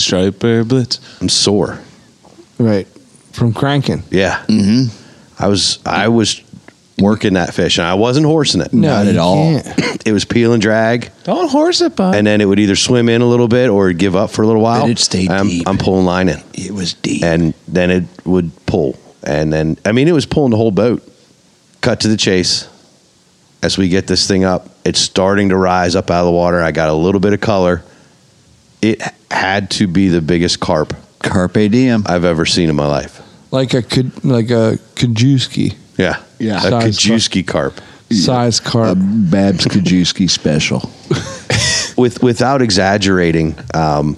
[SPEAKER 7] Striper blitz.
[SPEAKER 5] I'm sore.
[SPEAKER 3] Right. From cranking.
[SPEAKER 5] Yeah. Mm-hmm. I was I was working that fish, and I wasn't horsing it.
[SPEAKER 4] Not at
[SPEAKER 3] you
[SPEAKER 4] all.
[SPEAKER 3] can't.
[SPEAKER 5] It was peel and drag,
[SPEAKER 7] Don't horse it, bud.
[SPEAKER 5] and then it would either swim in a little bit or give up for a little while.
[SPEAKER 4] But it stayed
[SPEAKER 5] I'm,
[SPEAKER 4] deep.
[SPEAKER 5] I'm pulling line in,
[SPEAKER 4] It was deep.
[SPEAKER 5] and then it would pull, and then I mean it was pulling the whole boat. Cut to the chase. As we get this thing up, it's starting to rise up out of the water. I got a little bit of color. It had to be the biggest carp
[SPEAKER 4] Carpe diem.
[SPEAKER 5] I've ever seen in my life.
[SPEAKER 3] Like a could like a Kajewski
[SPEAKER 5] Yeah,
[SPEAKER 4] Yeah.
[SPEAKER 5] a
[SPEAKER 3] Size car-
[SPEAKER 5] Kajewski carp.
[SPEAKER 3] size
[SPEAKER 4] A
[SPEAKER 3] carp.
[SPEAKER 4] Uh, Babs Kajewski special.
[SPEAKER 5] with without exaggerating, um,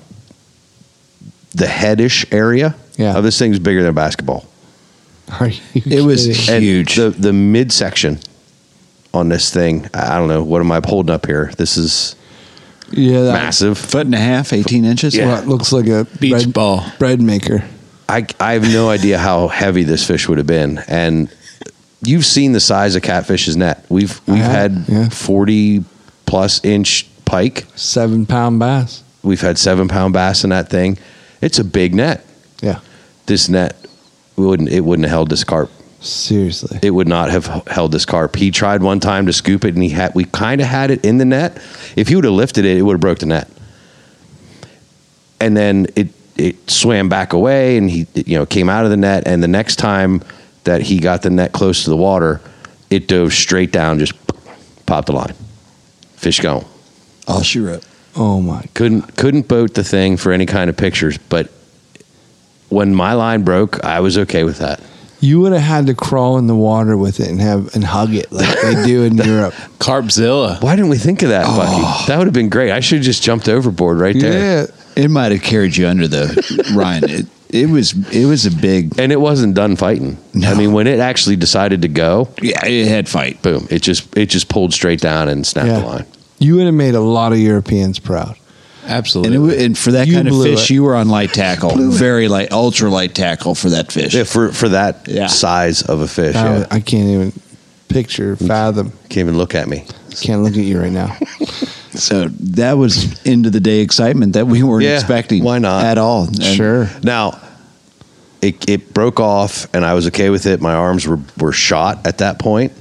[SPEAKER 5] the headish area
[SPEAKER 3] Yeah.
[SPEAKER 5] of
[SPEAKER 4] uh,
[SPEAKER 5] this thing's bigger than a basketball.
[SPEAKER 3] Are you
[SPEAKER 4] It was
[SPEAKER 3] kidding?
[SPEAKER 5] And
[SPEAKER 4] huge.
[SPEAKER 5] The the midsection on this thing, I I don't know what am I holding up here. This is
[SPEAKER 3] yeah, that
[SPEAKER 5] massive.
[SPEAKER 4] Foot and a half, 18 inches.
[SPEAKER 3] well, it looks like a
[SPEAKER 7] Beach
[SPEAKER 3] bread,
[SPEAKER 7] ball.
[SPEAKER 3] bread maker.
[SPEAKER 5] I I have no idea how heavy this fish would have been, and you've seen the size of catfish's net. We've we've
[SPEAKER 3] have,
[SPEAKER 5] had
[SPEAKER 3] yeah.
[SPEAKER 5] forty plus inch pike.
[SPEAKER 3] Seven pound bass.
[SPEAKER 5] We've had seven pound bass in that thing. It's a big net.
[SPEAKER 3] Yeah.
[SPEAKER 5] This net wouldn't it wouldn't have held this carp.
[SPEAKER 3] Seriously.
[SPEAKER 5] it would not have held this carp. He tried one time to scoop it, and he had we kind of had it in the net. If he would have lifted it, it would have broke the net. And then it it swam back away, and he it, you know came out of the net. And the next time that he got the net close to the water, it dove straight down, just popped the line. Fish gone.
[SPEAKER 4] All she wrote.
[SPEAKER 3] oh my.
[SPEAKER 5] Couldn't couldn't boat the thing for any kind of pictures, but. When my line broke, I was okay with that.
[SPEAKER 3] You would have had to crawl in the water with it and have and hug it like they do in Europe.
[SPEAKER 7] Carpzilla.
[SPEAKER 5] Why didn't we think of that,
[SPEAKER 4] Oh.
[SPEAKER 5] Bucky? That would have been great. I should have just jumped overboard right there.
[SPEAKER 3] Yeah.
[SPEAKER 4] It might have carried you under the Ryan. It, it was it was a big
[SPEAKER 5] and it wasn't done fighting.
[SPEAKER 4] No.
[SPEAKER 5] I mean, when it actually decided to go,
[SPEAKER 4] yeah, it had fight.
[SPEAKER 5] boom! It just it just pulled straight down and snapped
[SPEAKER 3] Yeah.
[SPEAKER 5] the line.
[SPEAKER 3] You would have made a lot of Europeans proud.
[SPEAKER 4] And,
[SPEAKER 7] Absolutely.
[SPEAKER 4] it, wa- and for that
[SPEAKER 3] You
[SPEAKER 4] kind of
[SPEAKER 3] blew
[SPEAKER 4] fish,
[SPEAKER 3] it.
[SPEAKER 4] you were on light tackle, very light, ultra light tackle for that fish.
[SPEAKER 5] Yeah, for for that
[SPEAKER 4] Yeah.
[SPEAKER 5] size of a fish,
[SPEAKER 3] That
[SPEAKER 5] yeah.
[SPEAKER 3] was- I can't even picture, fathom.
[SPEAKER 5] can't even look at me.
[SPEAKER 3] Can't look at you right now.
[SPEAKER 4] So that was end of the day excitement that we weren't
[SPEAKER 5] Yeah,
[SPEAKER 4] expecting.
[SPEAKER 5] why not?
[SPEAKER 4] at all? And
[SPEAKER 3] sure.
[SPEAKER 5] Now, it it broke off, and I was okay with it. My arms were were shot at that point.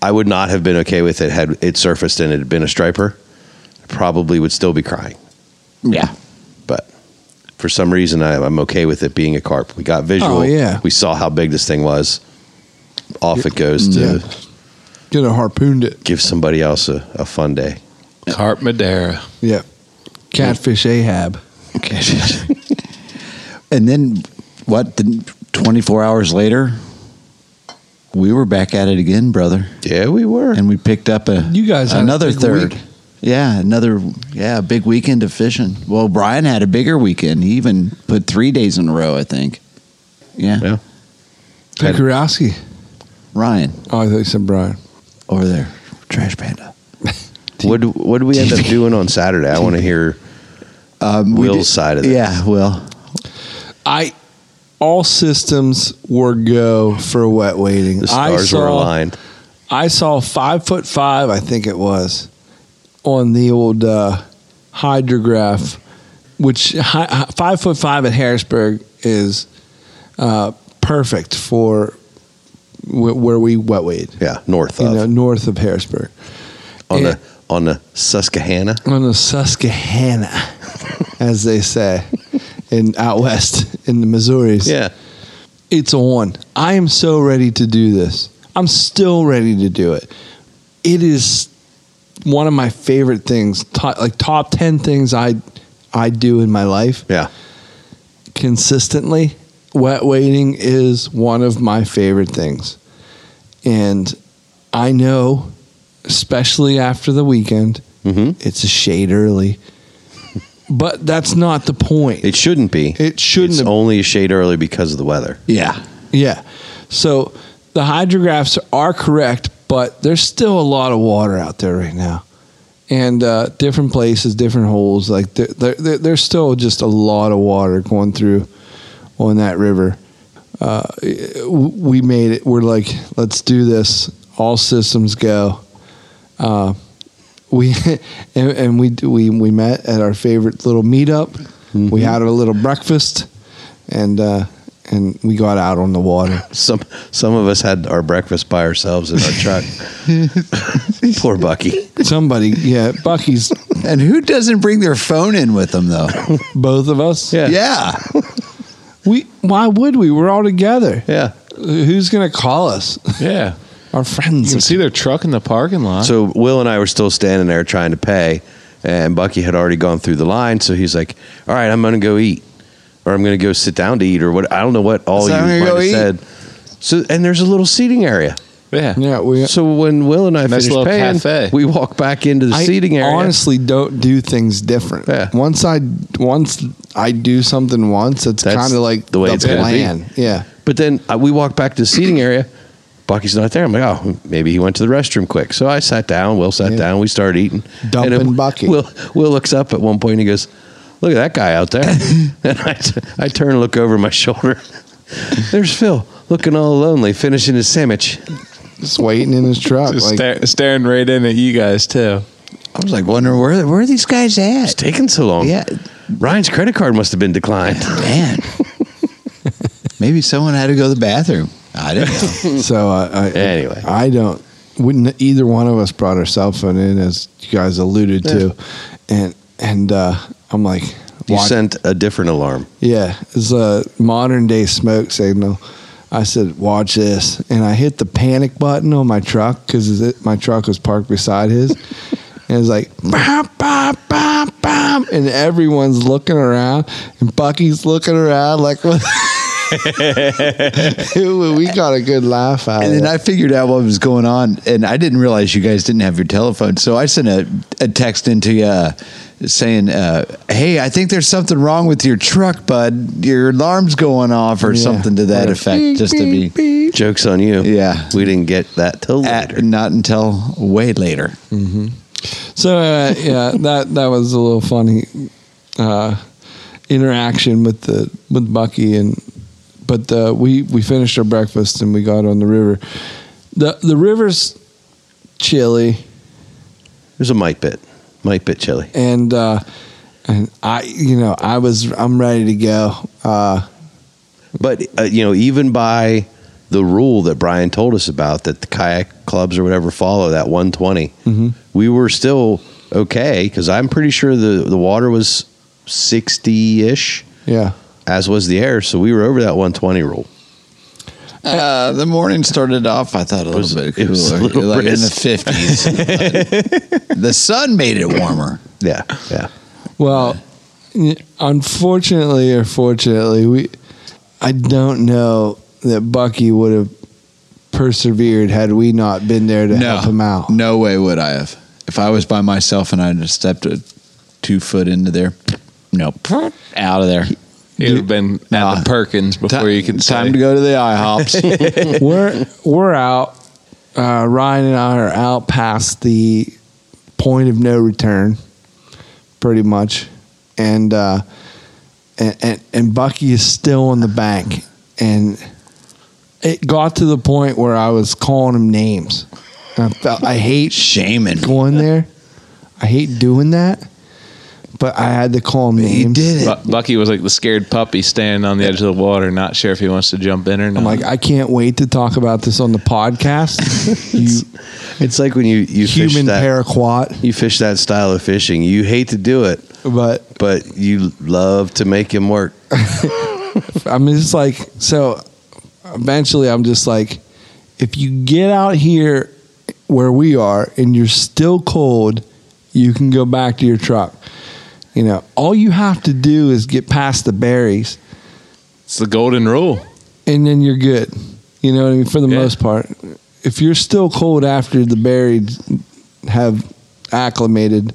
[SPEAKER 5] I would not have been okay with it had it surfaced and it had been a striper. I probably would still be crying.
[SPEAKER 4] Yeah,
[SPEAKER 5] but for some reason I, I'm okay with it being a carp. We got visual.
[SPEAKER 3] Oh, yeah.
[SPEAKER 5] We saw how big this thing was. Off it goes to
[SPEAKER 3] Yeah. Could have harpooned it.
[SPEAKER 5] give somebody else a, a fun day.
[SPEAKER 7] Carp Madeira.
[SPEAKER 3] Yeah. Catfish Ahab.
[SPEAKER 4] Okay. and then what? The, Twenty four hours later, we were back at it again, brother,
[SPEAKER 5] Yeah, we were.
[SPEAKER 4] and we picked up a
[SPEAKER 3] You guys had a
[SPEAKER 4] another
[SPEAKER 3] big
[SPEAKER 4] third.
[SPEAKER 3] week.
[SPEAKER 4] Yeah, another yeah, a big weekend of fishing. Well, Brian had a bigger weekend. He even put three days in a row, I think. Yeah,
[SPEAKER 5] Yeah. Had-
[SPEAKER 3] Pekarowski.
[SPEAKER 4] Ryan
[SPEAKER 3] Oh, I thought you said Brian.
[SPEAKER 4] over there, Trash Panda.
[SPEAKER 5] what do- what did we end up doing on Saturday? I want to hear
[SPEAKER 4] Um, we
[SPEAKER 5] Will's
[SPEAKER 4] did-
[SPEAKER 5] side of it.
[SPEAKER 4] Yeah, Will.
[SPEAKER 3] I all systems were go for wet waiting.
[SPEAKER 5] the
[SPEAKER 3] I
[SPEAKER 5] stars
[SPEAKER 3] saw,
[SPEAKER 5] were aligned.
[SPEAKER 3] I saw five foot five, I think it was, on the old uh, hydrograph, which hi, hi- five foot five at Harrisburg is uh, perfect for w- where we wet wade.
[SPEAKER 5] Yeah, north
[SPEAKER 3] You
[SPEAKER 5] of
[SPEAKER 3] know, north of Harrisburg
[SPEAKER 5] on
[SPEAKER 3] yeah.
[SPEAKER 5] the on the Susquehanna.
[SPEAKER 3] on the Susquehanna, as they say, in out west in the Missouris.
[SPEAKER 5] Yeah.
[SPEAKER 3] it's on. I am so ready to do this. I'm still ready to do it. It is one of my favorite things, to- like top 10 things I I do in my life
[SPEAKER 5] Yeah.
[SPEAKER 3] consistently. Wet waiting is one of my favorite things. And I know, especially after the weekend,
[SPEAKER 5] Mhm.
[SPEAKER 3] it's a shade early. But that's not the point.
[SPEAKER 5] It shouldn't be.
[SPEAKER 3] It shouldn't
[SPEAKER 5] It's
[SPEAKER 3] have-
[SPEAKER 5] only a shade early because of the weather.
[SPEAKER 4] Yeah,
[SPEAKER 3] Yeah. So the hydrographs are correct, but there's still a lot of water out there right now. And uh, different places, different holes. Like there, there, there, there's still just a lot of water going through on that river. Uh, w- we made it. We're like, let's do this. All systems go. Uh, we and, and we we we met at our favorite little meetup. We had our little breakfast, and uh, and we got out on the water.
[SPEAKER 5] Some some of us had our breakfast by ourselves in our truck. Poor Bucky.
[SPEAKER 3] Somebody, yeah, Bucky's
[SPEAKER 4] And who doesn't bring their phone in with them though?
[SPEAKER 3] both of us.
[SPEAKER 5] Yeah.
[SPEAKER 4] yeah.
[SPEAKER 3] we. Why would we? We're all together.
[SPEAKER 5] Yeah.
[SPEAKER 3] Who's gonna call us?
[SPEAKER 7] Yeah.
[SPEAKER 3] Our
[SPEAKER 7] You
[SPEAKER 3] friends.
[SPEAKER 7] can see their truck in the parking lot.
[SPEAKER 5] So Will and I were still standing there trying to pay, and Bucky had already gone through the line. So he's like, "All right, I'm going to go eat, or I'm going to go sit down to eat, or what? I don't know what all
[SPEAKER 4] So
[SPEAKER 5] you
[SPEAKER 4] I'm gonna
[SPEAKER 5] might
[SPEAKER 4] go
[SPEAKER 5] have
[SPEAKER 4] eat.
[SPEAKER 5] said." So and there's a little seating area.
[SPEAKER 7] yeah.
[SPEAKER 3] yeah, we.
[SPEAKER 5] So when Will and I
[SPEAKER 7] Nice
[SPEAKER 5] finished
[SPEAKER 7] little
[SPEAKER 5] paying,
[SPEAKER 7] cafe.
[SPEAKER 5] we walk back into the
[SPEAKER 3] I
[SPEAKER 5] seating area.
[SPEAKER 3] honestly don't do things different.
[SPEAKER 5] Yeah.
[SPEAKER 3] Once I once I do something once, it's
[SPEAKER 5] That's
[SPEAKER 3] kind of like
[SPEAKER 5] the way it's gonna be.
[SPEAKER 3] plan. Yeah.
[SPEAKER 5] But then uh, we walk back to the seating area. Bucky's not there. I'm like, oh, maybe he went to the restroom quick. So I sat down. Will sat
[SPEAKER 3] Yeah.
[SPEAKER 5] down. We started eating.
[SPEAKER 3] Dumping
[SPEAKER 5] And then
[SPEAKER 3] Bucky.
[SPEAKER 5] Will, Will looks up at one point and he goes, look at that guy out there. and I, t- I turn and look over my shoulder. There's Phil looking all lonely, finishing his sandwich.
[SPEAKER 3] Just waiting in his truck.
[SPEAKER 7] Just
[SPEAKER 3] like,
[SPEAKER 7] stare- staring right in at you guys too.
[SPEAKER 4] I was like wondering where where are these guys
[SPEAKER 5] It's
[SPEAKER 4] at?
[SPEAKER 5] taking so long.
[SPEAKER 4] Yeah.
[SPEAKER 5] Ryan's credit card must have been declined.
[SPEAKER 4] Man. Maybe someone had to go to the bathroom. I didn't know.
[SPEAKER 3] so I, I
[SPEAKER 5] Anyway.
[SPEAKER 3] I don't. Wouldn't either one of us brought our cell phone in, as you guys alluded to, and and uh, I'm like,
[SPEAKER 5] You
[SPEAKER 3] watch-
[SPEAKER 5] sent a different alarm.
[SPEAKER 3] Yeah, it's a modern day smoke signal. I said, "Watch this," and I hit the panic button on my truck because my truck was parked beside his, and it's like, bam, bam, bam, bam, and everyone's looking around, and Bucky's looking around like, what? we got a good laugh out
[SPEAKER 4] And
[SPEAKER 3] of
[SPEAKER 4] then
[SPEAKER 3] it.
[SPEAKER 4] I figured out what was going on, and I didn't realize you guys didn't have your telephone. So I sent a, a text into you uh, saying, uh, "Hey, I think there's something wrong with your truck, bud. Your alarm's going off, or
[SPEAKER 3] Yeah.
[SPEAKER 4] something to that
[SPEAKER 3] Like,
[SPEAKER 4] effect."
[SPEAKER 3] beep,
[SPEAKER 4] just
[SPEAKER 3] beep,
[SPEAKER 4] to be
[SPEAKER 3] beep.
[SPEAKER 5] Joke's on you.
[SPEAKER 4] Yeah.
[SPEAKER 5] We didn't get that till
[SPEAKER 4] at-
[SPEAKER 5] later.
[SPEAKER 4] not until way later.
[SPEAKER 3] So uh, yeah, that that was a little funny uh, interaction with the with Bucky and but uh, we we finished our breakfast and we got on the river. the The river's chilly
[SPEAKER 5] There's a mic bit. Mic bit chili.
[SPEAKER 3] and uh, and I you know I was I'm ready to go. Uh,
[SPEAKER 5] But uh, you know, even by the rule that Brian told us about, that the kayak clubs or whatever follow that 120, we were still okay because I'm pretty sure the the water was 60 ish,
[SPEAKER 3] yeah,
[SPEAKER 5] as was the air, so we were over that 120 rule.
[SPEAKER 4] Uh, the morning started off. I thought a little
[SPEAKER 5] was-
[SPEAKER 4] bit
[SPEAKER 5] it
[SPEAKER 4] cooler,
[SPEAKER 5] was a little
[SPEAKER 4] like in the
[SPEAKER 5] brisk.
[SPEAKER 4] fifties. the sun made it warmer.
[SPEAKER 5] Yeah, yeah.
[SPEAKER 3] Well, n- unfortunately or fortunately, we I don't know that Bucky would have persevered had we not been there to help him out.
[SPEAKER 4] No way would I have. If I was by myself and I just stepped a two foot into there, no, out of there.
[SPEAKER 7] You'd have been at
[SPEAKER 4] Nah.
[SPEAKER 7] the Perkins before you could
[SPEAKER 4] time
[SPEAKER 7] say,
[SPEAKER 4] to go to the IHOPs.
[SPEAKER 3] we're we're out. Uh, Ryan and I are out past the point of no return, pretty much, and uh, and, and and Bucky is still on the bank, and it got to the point where I was calling him names. And I felt I hate
[SPEAKER 4] Shaming.
[SPEAKER 3] going there. I hate doing that, but I had to call him names.
[SPEAKER 4] You did it.
[SPEAKER 7] Bu- Bucky was like the scared puppy standing on the edge of the water, not sure if he wants to jump in or not.
[SPEAKER 3] I'm like, I can't wait to talk about this on the podcast. you
[SPEAKER 5] It's like when you you fish
[SPEAKER 3] human
[SPEAKER 5] that
[SPEAKER 3] paraquat,
[SPEAKER 5] you fish that style of fishing. You hate to do it,
[SPEAKER 3] but
[SPEAKER 5] but you love to make him work.
[SPEAKER 3] I'm just like, so eventually I'm just like, if you get out here where we are and you're still cold, you can go back to your truck. You know, all you have to do is get past the berries
[SPEAKER 7] it's the golden rule.
[SPEAKER 3] and then you're good. You know what I mean? For the
[SPEAKER 7] Yeah.
[SPEAKER 3] most part. If you're still cold after the berries have acclimated,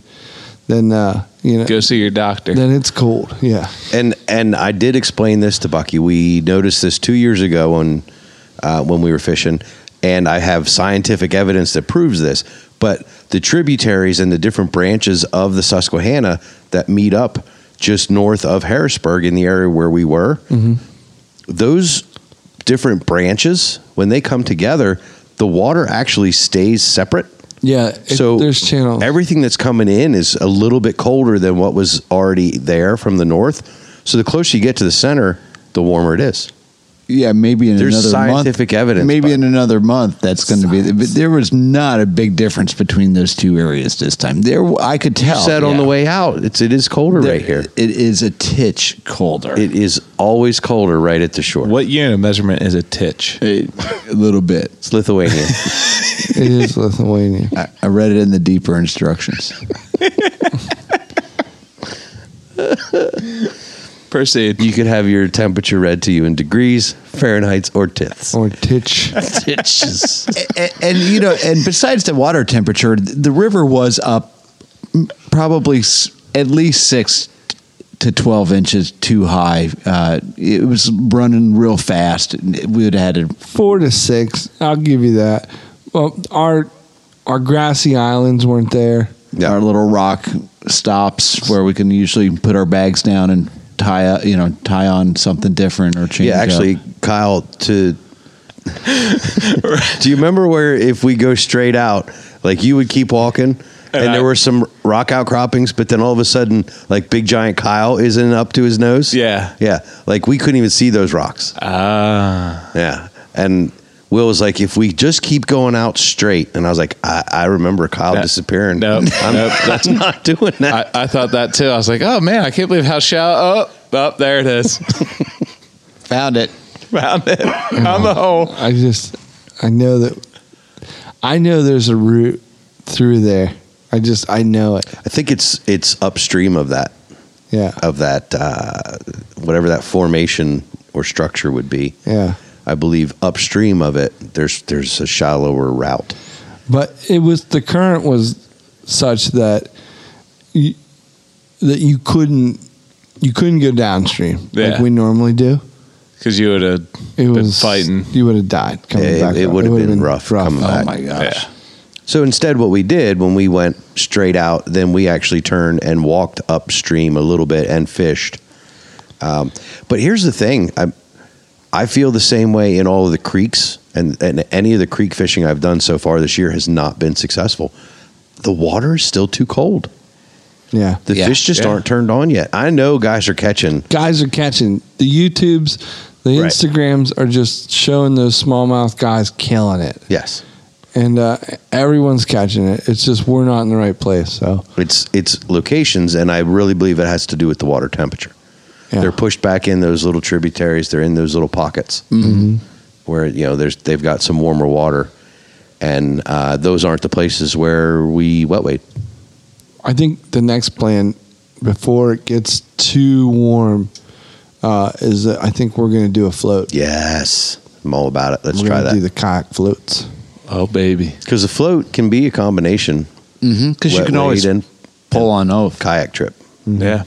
[SPEAKER 3] then, uh, you know,
[SPEAKER 7] Go see your doctor.
[SPEAKER 3] then it's cold. Yeah.
[SPEAKER 5] And and I did explain this to Bucky. We noticed this two years ago when uh, when we were fishing, and I have scientific evidence that proves this. But the tributaries and the different branches of the Susquehanna that meet up just north of Harrisburg in the area where we were, those different branches when they come together, the water actually stays separate
[SPEAKER 3] Yeah. it-
[SPEAKER 5] so
[SPEAKER 3] there's channel.
[SPEAKER 5] Everything that's coming in is a little bit colder than what was already there from the north. So the closer you get to the center, the warmer it is.
[SPEAKER 4] Yeah, maybe in
[SPEAKER 5] There's
[SPEAKER 4] another
[SPEAKER 5] scientific
[SPEAKER 4] month,
[SPEAKER 5] evidence,
[SPEAKER 4] Maybe
[SPEAKER 5] but-
[SPEAKER 4] in another month, that's going to be. But there was not a big difference between those two areas this time. There, I could tell.
[SPEAKER 5] Said on
[SPEAKER 4] yeah.
[SPEAKER 5] the way out, it's it is colder
[SPEAKER 4] There-
[SPEAKER 5] right here.
[SPEAKER 4] it is a titch colder.
[SPEAKER 5] It is always colder right at the shore.
[SPEAKER 7] What unit of measurement is a titch?
[SPEAKER 4] It- a little bit.
[SPEAKER 5] It's Lithuania.
[SPEAKER 3] it is Lithuania.
[SPEAKER 4] I, I read it in the deeper instructions.
[SPEAKER 7] Proceed.
[SPEAKER 5] you could have your temperature read to you in degrees, Fahrenheit, or tiths.
[SPEAKER 3] Or Titch.
[SPEAKER 4] A- a- and, you know, and besides the water temperature, th- the river was up m- probably s- at least six to twelve inches too high. Uh, it was running real fast. and We would have had to
[SPEAKER 3] Four to six. I'll give you that. Well, our our grassy islands weren't there.
[SPEAKER 4] our little rock stops where we can usually put our bags down and tie up, you know, tie on something different or change.
[SPEAKER 5] Yeah, actually,
[SPEAKER 4] up.
[SPEAKER 5] Kyle, to do you remember where if we go straight out, like you would keep walking, and,
[SPEAKER 7] I-
[SPEAKER 5] there were some rock outcroppings, but then all of a sudden, like big giant Kyle isn't up to his nose.
[SPEAKER 7] Yeah.
[SPEAKER 5] yeah, like we couldn't even see those rocks.
[SPEAKER 7] Ah.
[SPEAKER 5] Yeah, and Will was like, "If we just keep going out straight," and I was like, "I, I remember Kyle
[SPEAKER 7] That-
[SPEAKER 5] disappearing.
[SPEAKER 7] nope,
[SPEAKER 5] I'm,
[SPEAKER 7] nope, that's-
[SPEAKER 5] I'm not doing that."
[SPEAKER 7] I, I thought that too. I was like, oh man, I can't believe how shallow. Oh, oh there it is.
[SPEAKER 4] found it.
[SPEAKER 7] Found it. Found the hole.
[SPEAKER 3] I just I know that I know there's a route through there. I just I know it.
[SPEAKER 5] I think it's it's upstream of that
[SPEAKER 3] Yeah.
[SPEAKER 5] of that uh, whatever that formation or structure would be.
[SPEAKER 3] Yeah.
[SPEAKER 5] I believe upstream of it, there's there's a shallower route.
[SPEAKER 3] But it was the current was such that you, that you couldn't you couldn't go downstream like
[SPEAKER 7] Yeah.
[SPEAKER 3] we normally do.
[SPEAKER 7] Because you would have
[SPEAKER 3] It
[SPEAKER 7] been
[SPEAKER 3] was
[SPEAKER 7] fighting. Oh
[SPEAKER 3] You would have died coming
[SPEAKER 5] It-
[SPEAKER 3] back.
[SPEAKER 5] it
[SPEAKER 3] up.
[SPEAKER 5] would have
[SPEAKER 3] would've Oh
[SPEAKER 5] been rough coming back.
[SPEAKER 4] my gosh.
[SPEAKER 7] Yeah.
[SPEAKER 5] So instead, what we did when we went straight out, then we actually turned and walked upstream a little bit and fished. Um, but here's the thing: I I feel the same way in all of the creeks, and, and any of the creek fishing I've done so far this year has not been successful. The water is still too cold.
[SPEAKER 3] Yeah.
[SPEAKER 5] The
[SPEAKER 4] Yeah.
[SPEAKER 5] fish just
[SPEAKER 7] Yeah.
[SPEAKER 5] aren't turned on yet. I know guys are catching.
[SPEAKER 3] guys are catching the YouTubes, the
[SPEAKER 5] Right.
[SPEAKER 3] Instagrams are just showing those smallmouth guys killing it,
[SPEAKER 5] Yes,
[SPEAKER 3] and uh, everyone's catching it. It's just we're not in the right place. So
[SPEAKER 5] it's it's locations, and I really believe it has to do with the water temperature.
[SPEAKER 3] yeah.
[SPEAKER 5] They're pushed back in those little tributaries. They're in those little pockets where you know there's they've got some warmer water, and uh, those aren't the places where we wet wait.
[SPEAKER 3] I think the next plan before it gets too warm uh, is that I think we're going to do a float.
[SPEAKER 5] Yes, I'm all about it. Let's
[SPEAKER 3] we're
[SPEAKER 5] try
[SPEAKER 3] gonna do
[SPEAKER 5] that
[SPEAKER 3] the kayak floats.
[SPEAKER 7] Oh, baby.
[SPEAKER 5] because the float can be a combination.
[SPEAKER 4] Because you
[SPEAKER 5] wet wade
[SPEAKER 4] can always
[SPEAKER 5] and
[SPEAKER 4] pull on oath.
[SPEAKER 5] kayak trip.
[SPEAKER 7] Yeah.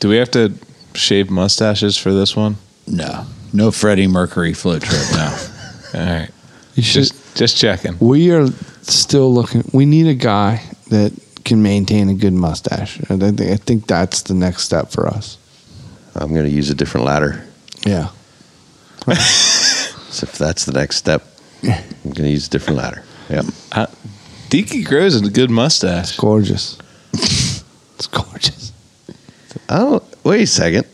[SPEAKER 7] Do we have to shave mustaches for this one?
[SPEAKER 4] No, no Freddie Mercury float trip. No.
[SPEAKER 7] All right.
[SPEAKER 3] You should.
[SPEAKER 7] Just, just checking.
[SPEAKER 3] we are still looking. We need a guy that can maintain a good mustache. And I think I think that's the next step for us.
[SPEAKER 5] I'm going to use a different ladder.
[SPEAKER 3] Yeah.
[SPEAKER 5] So if that's the next step, I'm going to use a different ladder. Yep.
[SPEAKER 7] Deaky grows a good mustache.
[SPEAKER 3] Gorgeous. it's gorgeous.
[SPEAKER 5] Oh, wait a second.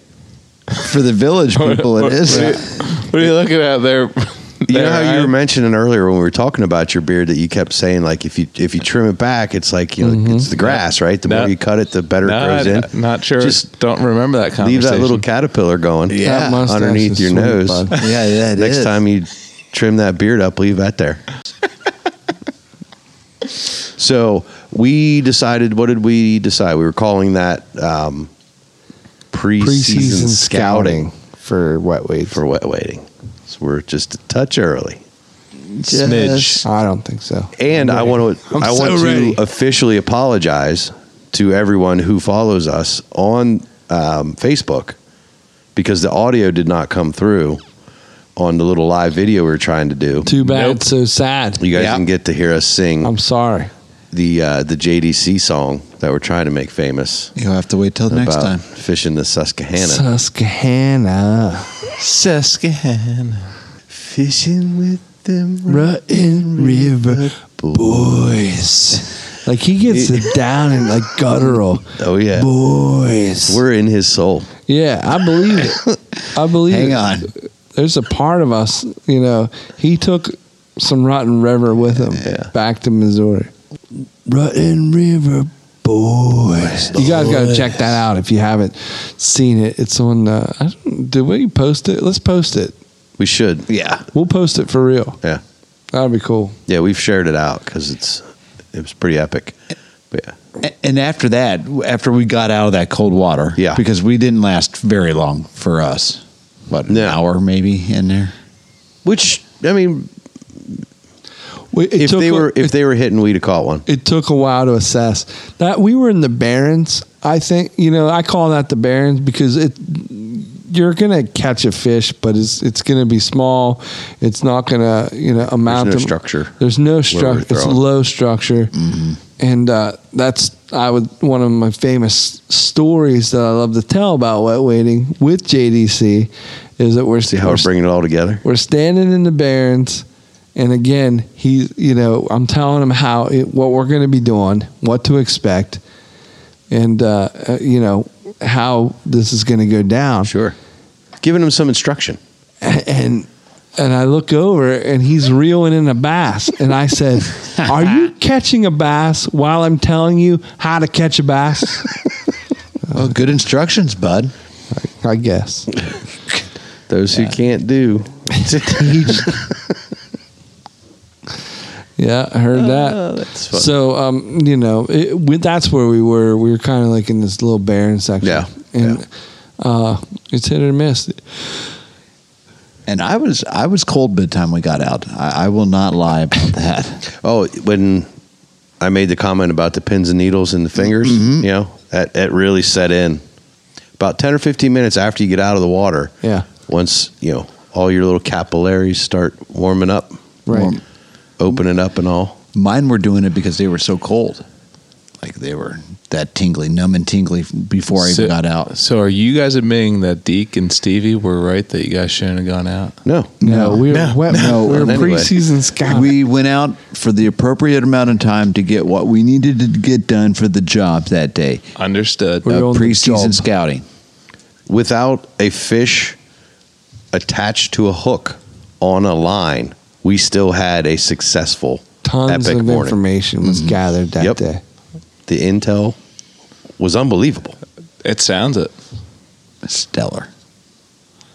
[SPEAKER 4] For the village people, it is.
[SPEAKER 7] What, are you looking at there?
[SPEAKER 5] You know
[SPEAKER 7] there,
[SPEAKER 5] how you
[SPEAKER 7] Ryan?
[SPEAKER 5] were mentioning earlier when we were talking about your beard that you kept saying like if you if you trim it back, it's like you know
[SPEAKER 7] Mm-hmm.
[SPEAKER 5] it's the grass, right? The
[SPEAKER 7] No.
[SPEAKER 5] more you cut it, the better
[SPEAKER 7] No,
[SPEAKER 5] it grows in.
[SPEAKER 7] I'm not sure.
[SPEAKER 5] Just
[SPEAKER 7] Just don't remember that
[SPEAKER 5] leave
[SPEAKER 7] conversation.
[SPEAKER 5] that little caterpillar going.
[SPEAKER 3] That mustache
[SPEAKER 5] underneath
[SPEAKER 3] is
[SPEAKER 5] your
[SPEAKER 3] sweet,
[SPEAKER 5] nose.
[SPEAKER 3] bud.
[SPEAKER 4] Yeah, yeah. it
[SPEAKER 5] Next
[SPEAKER 4] is.
[SPEAKER 5] time you trim that beard up, leave that there. so we decided. What did we decide? We were calling that um, preseason,
[SPEAKER 3] Preseason
[SPEAKER 5] scouting
[SPEAKER 3] scouting for wet weights.
[SPEAKER 5] for wet waiting. So we're just a touch early.
[SPEAKER 7] smidge.
[SPEAKER 3] I don't think so.
[SPEAKER 5] And I want to
[SPEAKER 3] I'm
[SPEAKER 5] I
[SPEAKER 3] so
[SPEAKER 5] want to
[SPEAKER 3] ready.
[SPEAKER 5] officially apologize to everyone who follows us on um, Facebook because the audio did not come through on the little live video we were trying to do.
[SPEAKER 3] Too bad.
[SPEAKER 7] Nope.
[SPEAKER 3] So sad.
[SPEAKER 5] You guys didn't get to hear us sing
[SPEAKER 3] I'm sorry.
[SPEAKER 5] the uh, the JDC song that we're trying to make famous
[SPEAKER 4] You'll have to wait till next
[SPEAKER 5] about
[SPEAKER 4] time.
[SPEAKER 5] fishing the Susquehanna.
[SPEAKER 3] Susquehanna.
[SPEAKER 7] Susquehanna.
[SPEAKER 5] Fishing with them
[SPEAKER 3] Rotten River boys. Like he gets it down and like guttural.
[SPEAKER 5] Oh yeah,
[SPEAKER 3] Boys.
[SPEAKER 5] we're in his soul.
[SPEAKER 3] yeah, I believe it. I believe
[SPEAKER 4] Hang
[SPEAKER 3] it.
[SPEAKER 4] on.
[SPEAKER 3] There's a part of us, you know, he took some Rotten River with him
[SPEAKER 5] Yeah.
[SPEAKER 3] back to Missouri. Rotten River Boys. You guys got to check that out if you haven't seen it. It's on, uh, I don't, did we post it? Let's post it.
[SPEAKER 5] We should. Yeah,
[SPEAKER 3] We'll post it for real.
[SPEAKER 5] yeah,
[SPEAKER 3] That'd be cool.
[SPEAKER 5] yeah. We've shared it out because it's it was pretty epic. But yeah,
[SPEAKER 4] A- And after that, after we got out of that cold water,
[SPEAKER 5] Yeah.
[SPEAKER 4] because we didn't last very long for us, what an
[SPEAKER 5] No.
[SPEAKER 4] hour maybe in there.
[SPEAKER 5] which I mean,
[SPEAKER 3] We- it
[SPEAKER 5] if
[SPEAKER 3] took
[SPEAKER 5] they
[SPEAKER 3] a-
[SPEAKER 5] were
[SPEAKER 3] it
[SPEAKER 5] if they were hitting, we'd have caught one.
[SPEAKER 3] it took a while to assess that we were in the barrens i think you know i call that the barrens because it you're gonna catch a fish but it's it's gonna be small it's not gonna you know amount
[SPEAKER 5] no
[SPEAKER 3] to
[SPEAKER 5] structure
[SPEAKER 3] there's no
[SPEAKER 5] where we're
[SPEAKER 3] structure it's
[SPEAKER 5] throwing. Mm-hmm.
[SPEAKER 3] low structure and uh, that's i would one of my famous stories that i love to tell about wet wading with jdc is that we're
[SPEAKER 5] See how
[SPEAKER 3] we're
[SPEAKER 5] we're bringing it all together.
[SPEAKER 3] we're standing in the barrens and again he you know i'm telling him how it, what we're going to be doing what to expect and uh, uh, you know how this is going to go down
[SPEAKER 5] Sure, giving them some instruction.
[SPEAKER 3] and and I look over and he's reeling in a bass. And I said, Are you catching a bass while I'm telling you how to catch a bass?
[SPEAKER 4] Oh, good instructions, bud.
[SPEAKER 3] I guess.
[SPEAKER 5] Those who can't do.
[SPEAKER 3] Yeah, I heard that.
[SPEAKER 5] Oh, that's funny.
[SPEAKER 3] So, um, you know, it, we, that's where we were. We were kind of like in this little barren section.
[SPEAKER 5] Yeah,
[SPEAKER 3] And
[SPEAKER 5] yeah.
[SPEAKER 3] Uh, it's hit or miss.
[SPEAKER 4] And I was I was cold by the time we got out. I, I will not lie about that.
[SPEAKER 5] Oh, when I made the comment about the pins and needles and the fingers, you know, that, that really set in. About 10 or 15 minutes after you get out of the water,
[SPEAKER 3] Yeah.
[SPEAKER 5] once, you know, all your little capillaries start warming up,
[SPEAKER 3] Right.
[SPEAKER 4] Warm.
[SPEAKER 5] opening up and all.
[SPEAKER 4] Mine were doing it because they were so cold, like they were that tingly, numb and tingly before I even got out.
[SPEAKER 7] So are you guys admitting that Deke and Stevie were right that you guys shouldn't have gone out?
[SPEAKER 5] No.
[SPEAKER 3] No, we were
[SPEAKER 4] no,
[SPEAKER 3] wet.
[SPEAKER 4] no.
[SPEAKER 3] we were
[SPEAKER 5] Anyway. uh,
[SPEAKER 3] preseason scouts.
[SPEAKER 4] We went out for the appropriate amount of time to get what we needed to get done for the job that day.
[SPEAKER 7] Understood.
[SPEAKER 3] We're
[SPEAKER 4] Uh,
[SPEAKER 3] on the job.
[SPEAKER 4] preseason scouting.
[SPEAKER 5] Without a fish attached to a hook on a line, we still had a successful
[SPEAKER 3] Tons
[SPEAKER 5] epic morning.
[SPEAKER 3] of
[SPEAKER 5] Mm-hmm.
[SPEAKER 3] information was gathered that
[SPEAKER 5] Yep.
[SPEAKER 3] day.
[SPEAKER 5] The intel was unbelievable.
[SPEAKER 7] It sounds it.
[SPEAKER 4] Stellar.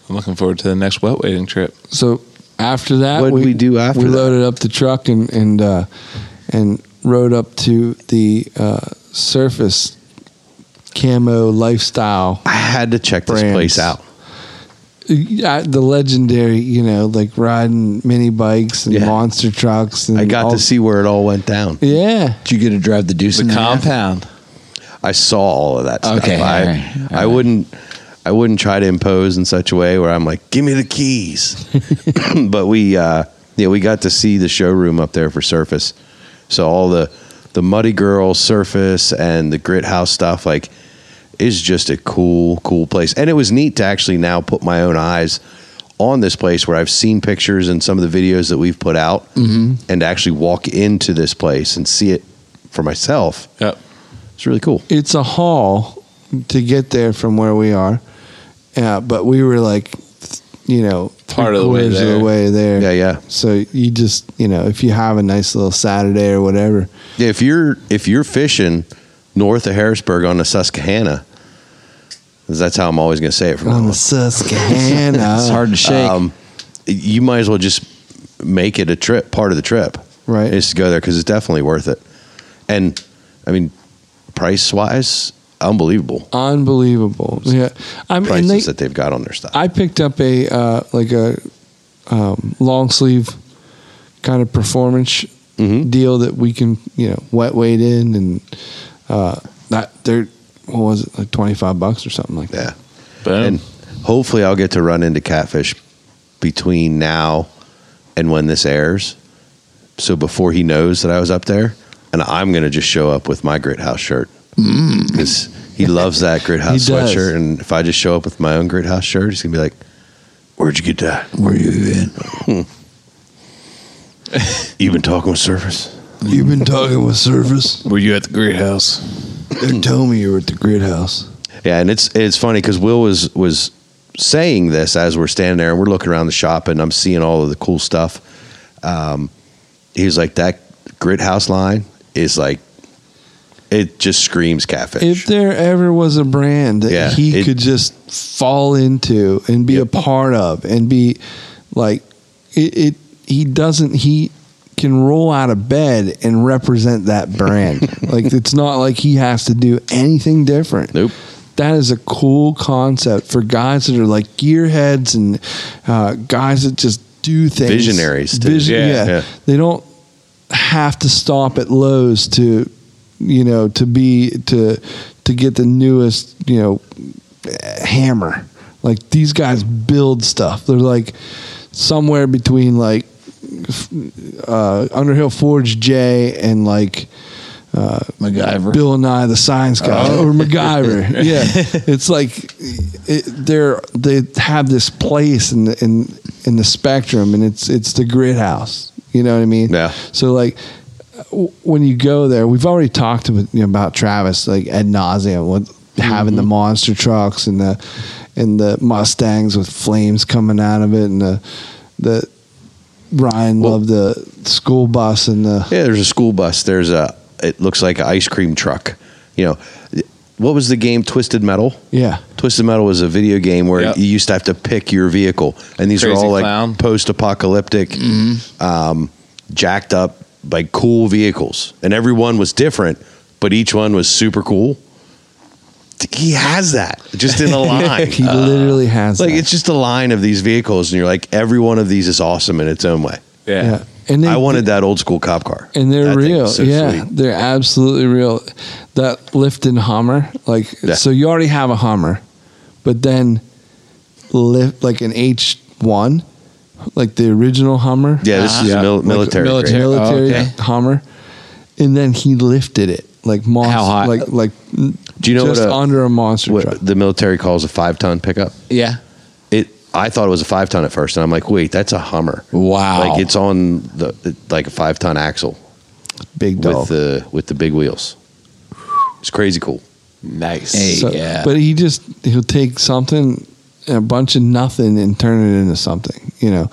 [SPEAKER 7] I'm looking forward to the next wet wading trip.
[SPEAKER 3] So after that,
[SPEAKER 5] What'd we do after
[SPEAKER 3] we
[SPEAKER 5] that?
[SPEAKER 3] loaded up the truck and and uh, and rode up to the uh, surface camo lifestyle
[SPEAKER 5] I had to check this
[SPEAKER 3] Brands.
[SPEAKER 5] place out.
[SPEAKER 3] Yeah, the legendary, you know, like riding mini bikes and
[SPEAKER 5] Yeah.
[SPEAKER 3] monster trucks. And
[SPEAKER 5] I got
[SPEAKER 3] all-
[SPEAKER 5] to see where it all went down.
[SPEAKER 3] Yeah,
[SPEAKER 4] Did you get to drive the deuce?
[SPEAKER 7] The
[SPEAKER 4] in there?
[SPEAKER 7] compound.
[SPEAKER 5] I saw all of that stuff.
[SPEAKER 4] Okay,
[SPEAKER 5] I,
[SPEAKER 4] all right, all
[SPEAKER 5] I
[SPEAKER 4] right.
[SPEAKER 5] wouldn't I wouldn't try to impose in such a way where I'm like, give me the keys. but we uh yeah, we got to see the showroom up there for surface. So all the the Muddy Girl surface and the grit house stuff, like is just a cool, cool place. And it was neat to actually now put my own eyes on this place where I've seen pictures and some of the videos that we've put out
[SPEAKER 4] Mm-hmm.
[SPEAKER 5] and to actually walk into this place and see it for myself.
[SPEAKER 7] Yep.
[SPEAKER 5] It's really cool.
[SPEAKER 3] it's a haul to get there from where we are. Yeah, but we were like, th- you know,
[SPEAKER 7] Part of the way
[SPEAKER 3] three-quarters
[SPEAKER 7] there.
[SPEAKER 3] way there.
[SPEAKER 5] Yeah, yeah.
[SPEAKER 3] So you just, you know, if you have a nice little Saturday or whatever,
[SPEAKER 5] Yeah, if you're if you're fishing north of Harrisburg on the Susquehanna, 'cause that's how I'm always going to say it from now
[SPEAKER 3] on
[SPEAKER 5] on.
[SPEAKER 3] the Susquehanna, Uh,
[SPEAKER 4] It's hard to shake.
[SPEAKER 5] Um, you might as well just make it a trip, part of the trip,
[SPEAKER 3] Right.
[SPEAKER 5] Is to go there because it's definitely worth it. And I mean, price wise, unbelievable
[SPEAKER 3] unbelievable. Yeah, I mean, and
[SPEAKER 5] prices
[SPEAKER 3] they,
[SPEAKER 5] that they've got on their stuff.
[SPEAKER 3] I picked up a uh, like a um, long sleeve kind of performance sh-
[SPEAKER 5] Mhm.
[SPEAKER 3] deal that we can you know wet weight in and uh, that they're what was it like twenty five bucks or something like
[SPEAKER 5] yeah,
[SPEAKER 3] that.
[SPEAKER 7] Boom.
[SPEAKER 5] and hopefully I'll get to run into catfish between now and when this airs. So before he knows that I was up there, and I'm gonna just show up with my grit house shirt because he loves that grit house
[SPEAKER 3] He does.
[SPEAKER 5] sweatshirt. And if I just show up with my own grit house shirt, he's gonna be like, "Where'd you get that?
[SPEAKER 4] Were you in?
[SPEAKER 5] You been talking with Surface?"
[SPEAKER 3] You've been talking with Surface.
[SPEAKER 7] Were you at the great house?
[SPEAKER 3] They told me you were at the grid house.
[SPEAKER 5] Yeah, and it's it's funny because Will was was saying this as we're standing there and we're looking around the shop and I'm seeing all of the cool stuff. Um, he was like, "That grit house line is like, it just screams
[SPEAKER 3] If
[SPEAKER 5] catfish."
[SPEAKER 3] there ever was a brand that
[SPEAKER 5] Yeah,
[SPEAKER 3] he
[SPEAKER 5] it-
[SPEAKER 3] could just fall into and be
[SPEAKER 5] Yep.
[SPEAKER 3] a part of and be like it, it he doesn't he can roll out of bed and represent that brand. like it's not like he has to do anything different.
[SPEAKER 5] Nope.
[SPEAKER 3] That is a cool concept for guys that are like gearheads and uh, guys that just do things.
[SPEAKER 5] Visionaries, too.
[SPEAKER 3] Vision-
[SPEAKER 5] Yeah, yeah.
[SPEAKER 3] They don't have to stop at Lowe's to you know to be to to get the newest you know hammer like these guys build stuff they're like somewhere between like f- uh, Underhill Forge J and like uh,
[SPEAKER 4] MacGyver.
[SPEAKER 3] Bill Nye the Science Guy or MacGyver. yeah, it's like it, they're they have this place in the, in in the spectrum, and it's it's the grid house. You know what I mean?
[SPEAKER 5] Yeah.
[SPEAKER 3] So like w- when you go there, we've already talked about, you know, about Travis like ad nauseum with having the monster trucks and the and the Mustangs with flames coming out of it, and the the Ryan loved the school bus and the
[SPEAKER 5] yeah, there's a school bus. There's a it looks like an ice cream truck. You know, what was the game Twisted Metal?
[SPEAKER 3] yeah.
[SPEAKER 5] Twisted Metal was a video game where
[SPEAKER 7] Yep.
[SPEAKER 5] you used to have to pick your vehicle, and these are
[SPEAKER 7] Crazy
[SPEAKER 5] all like
[SPEAKER 7] clown.
[SPEAKER 5] post-apocalyptic, um, jacked up, like cool vehicles, and every one was different, but each one was super cool. He has that just in a line. Uh,
[SPEAKER 3] He literally has
[SPEAKER 5] like
[SPEAKER 3] that.
[SPEAKER 5] it's just a line of these vehicles, and you're like, every one of these is awesome in its own way.
[SPEAKER 3] Yeah. And they,
[SPEAKER 5] I wanted that old school cop car,
[SPEAKER 3] And they're
[SPEAKER 5] That thing
[SPEAKER 3] real.
[SPEAKER 5] is so
[SPEAKER 3] yeah.
[SPEAKER 5] sweet.
[SPEAKER 3] They're absolutely real. That lift and Hummer, like,
[SPEAKER 5] Yeah.
[SPEAKER 3] so you already have a Hummer, but then lift like an H1, like the original Hummer.
[SPEAKER 5] Yeah, this is mil- military. grade.
[SPEAKER 7] military. Oh,
[SPEAKER 3] Military
[SPEAKER 7] okay.
[SPEAKER 3] Hummer. And then he lifted it like monster,
[SPEAKER 9] How high?
[SPEAKER 3] like like
[SPEAKER 5] Do you know
[SPEAKER 3] just
[SPEAKER 5] what, a,
[SPEAKER 3] under a monster truck.
[SPEAKER 5] what the military calls a five-ton pickup?
[SPEAKER 9] Yeah.
[SPEAKER 5] it I thought it was a five ton at first, and I'm like, wait, that's a Hummer.
[SPEAKER 9] Wow.
[SPEAKER 5] Like it's on the like a five ton axle
[SPEAKER 3] Big dog.
[SPEAKER 5] with the with the big wheels. It's crazy cool.
[SPEAKER 9] nice.
[SPEAKER 3] So-
[SPEAKER 9] yeah.
[SPEAKER 3] But he just he'll take something, a bunch of nothing, and turn it into something. You know,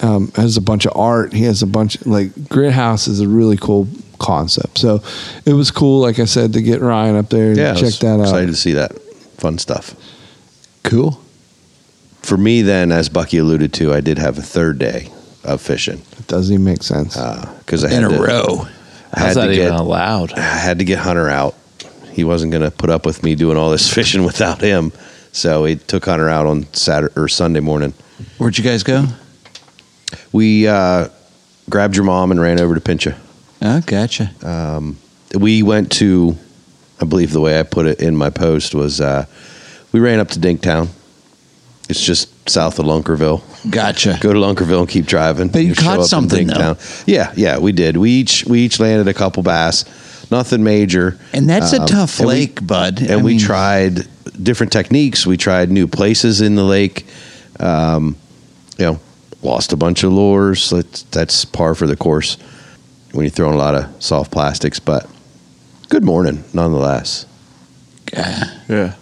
[SPEAKER 3] um, has a bunch of art. He has a bunch like Grid House is a really cool concept. So it was cool, like I said, to get Ryan up there and
[SPEAKER 5] Yeah, I
[SPEAKER 3] check
[SPEAKER 5] was
[SPEAKER 3] that out.
[SPEAKER 5] Excited to see that fun stuff.
[SPEAKER 3] Cool.
[SPEAKER 5] For me, then, as Bucky alluded to, I did have a third day of fishing
[SPEAKER 3] It doesn't even make sense.
[SPEAKER 5] Uh. because I had to, I had
[SPEAKER 7] How's
[SPEAKER 5] to
[SPEAKER 7] that
[SPEAKER 5] get
[SPEAKER 7] even allowed?
[SPEAKER 5] I had to get Hunter out. He wasn't going to put up with me doing all this fishing without him, so he took Hunter out on Saturday or Sunday morning.
[SPEAKER 4] Where'd you guys go?
[SPEAKER 5] We uh, grabbed your mom and ran over to Pincha.
[SPEAKER 4] Oh, gotcha.
[SPEAKER 5] we went to, I believe the way I put it in my post was, uh, we ran up to Dinktown. It's just south of Lunkerville.
[SPEAKER 4] Gotcha.
[SPEAKER 5] Go to Lunkerville and keep driving.
[SPEAKER 4] But you
[SPEAKER 5] You'll show
[SPEAKER 4] caught
[SPEAKER 5] up in
[SPEAKER 4] something, though.
[SPEAKER 5] Dinktown. Yeah, yeah, we did. We each we each landed a couple bass, nothing major.
[SPEAKER 4] And that's a
[SPEAKER 5] Um,
[SPEAKER 4] tough
[SPEAKER 5] and we-
[SPEAKER 4] lake, bud.
[SPEAKER 5] and we tried different techniques. We tried new places in the lake. Um, you know, lost a bunch of lures. That's, that's par for the course when you throw in a lot of soft plastics. But good morning, nonetheless.
[SPEAKER 7] Yeah.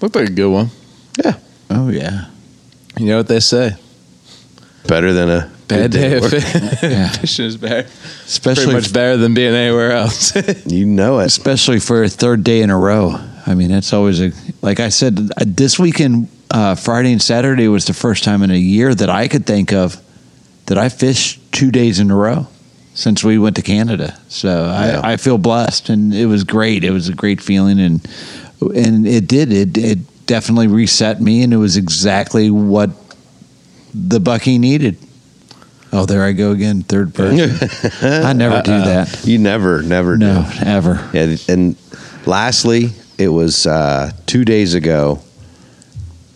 [SPEAKER 7] Looked like a good one.
[SPEAKER 5] Yeah,
[SPEAKER 4] Oh yeah.
[SPEAKER 7] You know what they say?
[SPEAKER 5] better than a good
[SPEAKER 7] Bad day of
[SPEAKER 5] at work.
[SPEAKER 7] fi- fishing is better. Pretty
[SPEAKER 4] Especially
[SPEAKER 7] much better than being anywhere else.
[SPEAKER 5] You know it.
[SPEAKER 4] especially for a third day in a row. I mean, that's always a like I said uh, this weekend uh, Friday and Saturday was the first time in a year that I could think of that I fished two days in a row since we went to Canada. So
[SPEAKER 5] Yeah.
[SPEAKER 4] I, I feel blessed, and it was great. It was a great feeling, and and it did it it definitely reset me, and it was exactly what the Bucky needed. Oh, there I go again, third person. I never do that.
[SPEAKER 5] Uh-uh. You never, never do.
[SPEAKER 4] No, ever.
[SPEAKER 5] Yeah, and lastly, it was uh, two days ago,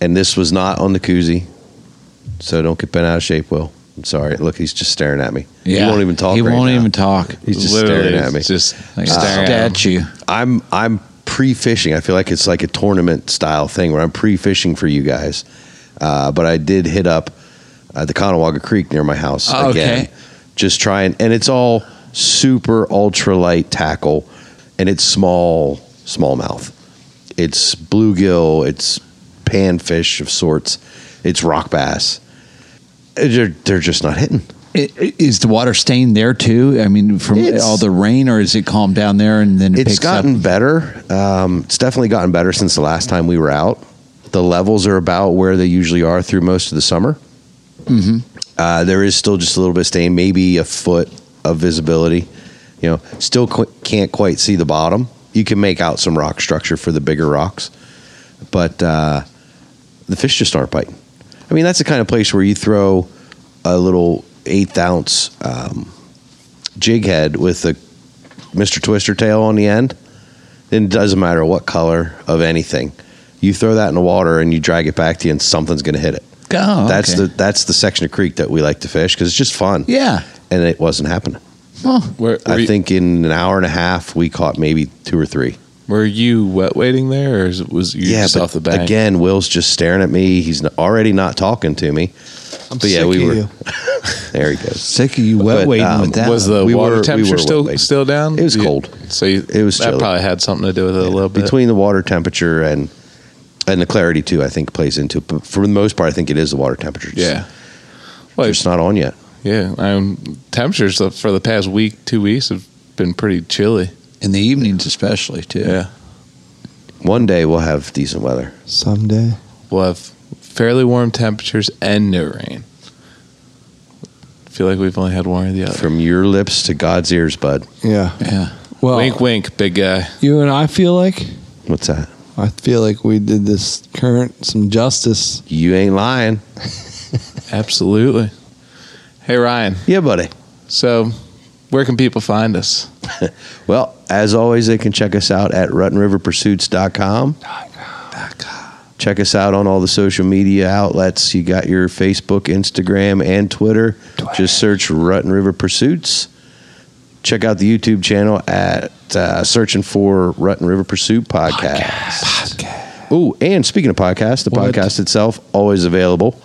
[SPEAKER 5] and this was not on the koozie, so don't get bent out of shape, Will. I'm sorry. Look, he's just staring at me. He won't even talk.
[SPEAKER 4] He
[SPEAKER 5] right
[SPEAKER 4] won't
[SPEAKER 5] now.
[SPEAKER 4] even talk.
[SPEAKER 5] He's just staring at me.
[SPEAKER 7] Just
[SPEAKER 4] Like a
[SPEAKER 7] staring at him.
[SPEAKER 4] statue.
[SPEAKER 5] I'm I'm pre-fishing. I feel like it's like a tournament style thing where I'm pre-fishing for you guys. Uh, but I did hit up uh, the Conawaga Creek near my house
[SPEAKER 4] Oh, okay.
[SPEAKER 5] again, just trying. And it's all super ultralight tackle, and it's small smallmouth. It's bluegill. It's panfish of sorts. It's rock bass. They're, they're just not hitting.
[SPEAKER 4] I- i- Is the water stained there too? I mean, from
[SPEAKER 5] It's-
[SPEAKER 4] all the rain, or is it calmed down there and then it
[SPEAKER 5] it's
[SPEAKER 4] picks
[SPEAKER 5] gotten
[SPEAKER 4] up?
[SPEAKER 5] better. Um, it's definitely gotten better since the last time we were out. The levels are about where they usually are through most of the summer. Uh, there is still just a little bit of stain, maybe a foot of visibility. You know, still qu- can't quite see the bottom. You can make out some rock structure for the bigger rocks, but uh, the fish just aren't biting. I mean, that's the kind of place where you throw a little eighth ounce um, jig head with a Mr. Twister tail on the end, then it doesn't matter what color of anything. You throw that in the water and you drag it back to you, and something's going to hit it.
[SPEAKER 4] Oh,
[SPEAKER 5] That's
[SPEAKER 4] okay.
[SPEAKER 5] the that's the section of creek that we like to fish because it's just fun.
[SPEAKER 4] yeah.
[SPEAKER 5] and it wasn't happening.
[SPEAKER 4] Huh.
[SPEAKER 7] Were, were
[SPEAKER 5] I
[SPEAKER 7] you,
[SPEAKER 5] think in an hour and a half we caught maybe two or three.
[SPEAKER 7] were you wet waiting there, or is- was you just
[SPEAKER 5] but
[SPEAKER 7] off the bank?
[SPEAKER 5] again, Will's just staring at me. He's n- already not talking to me.
[SPEAKER 3] I'm
[SPEAKER 5] But yeah,
[SPEAKER 3] sick
[SPEAKER 5] we
[SPEAKER 3] of
[SPEAKER 5] were-
[SPEAKER 3] you.
[SPEAKER 5] There he goes.
[SPEAKER 4] Sick of you wet
[SPEAKER 5] But,
[SPEAKER 4] waiting
[SPEAKER 5] um,
[SPEAKER 4] with that.
[SPEAKER 7] was the
[SPEAKER 5] we
[SPEAKER 7] water
[SPEAKER 5] were- we
[SPEAKER 7] temperature
[SPEAKER 5] were wet
[SPEAKER 7] still
[SPEAKER 5] waiting.
[SPEAKER 7] still down?
[SPEAKER 5] It was
[SPEAKER 7] You-
[SPEAKER 5] cold.
[SPEAKER 7] So you,
[SPEAKER 5] It was
[SPEAKER 7] that
[SPEAKER 5] chilly.
[SPEAKER 7] probably had something to do with it a little bit.
[SPEAKER 5] Between the water temperature and and the clarity too, I think plays into. it. But for the most part, I think it is the water temperature. Just-
[SPEAKER 7] yeah, well,
[SPEAKER 5] just not on yet.
[SPEAKER 7] yeah. Um, temperatures of- for the past week, two weeks have been pretty chilly.
[SPEAKER 4] in the evenings, especially too.
[SPEAKER 7] Yeah,
[SPEAKER 5] One day we'll have decent weather.
[SPEAKER 3] Someday.
[SPEAKER 7] we'll have fairly warm temperatures and no rain. Feel like we've only had one or the other.
[SPEAKER 5] From your lips to God's ears, bud.
[SPEAKER 3] Yeah.
[SPEAKER 4] Yeah.
[SPEAKER 3] Well,
[SPEAKER 7] wink, wink, big guy.
[SPEAKER 3] you and I feel like
[SPEAKER 5] What's that?
[SPEAKER 3] I feel like we did this current some justice.
[SPEAKER 5] You ain't lying.
[SPEAKER 7] Absolutely. Hey Ryan.
[SPEAKER 5] Yeah, buddy.
[SPEAKER 7] So, where can people find us?
[SPEAKER 5] Well, as always, they can check us out at ruttenriverpursuits.com. Check us out on all the social media outlets. You got your Facebook, Instagram, and Twitter. Just search Rutten River Pursuits. Check out the YouTube channel at uh, searching for Rutten River Pursuit Podcast. Oh, and speaking of podcasts, the podcast itself always available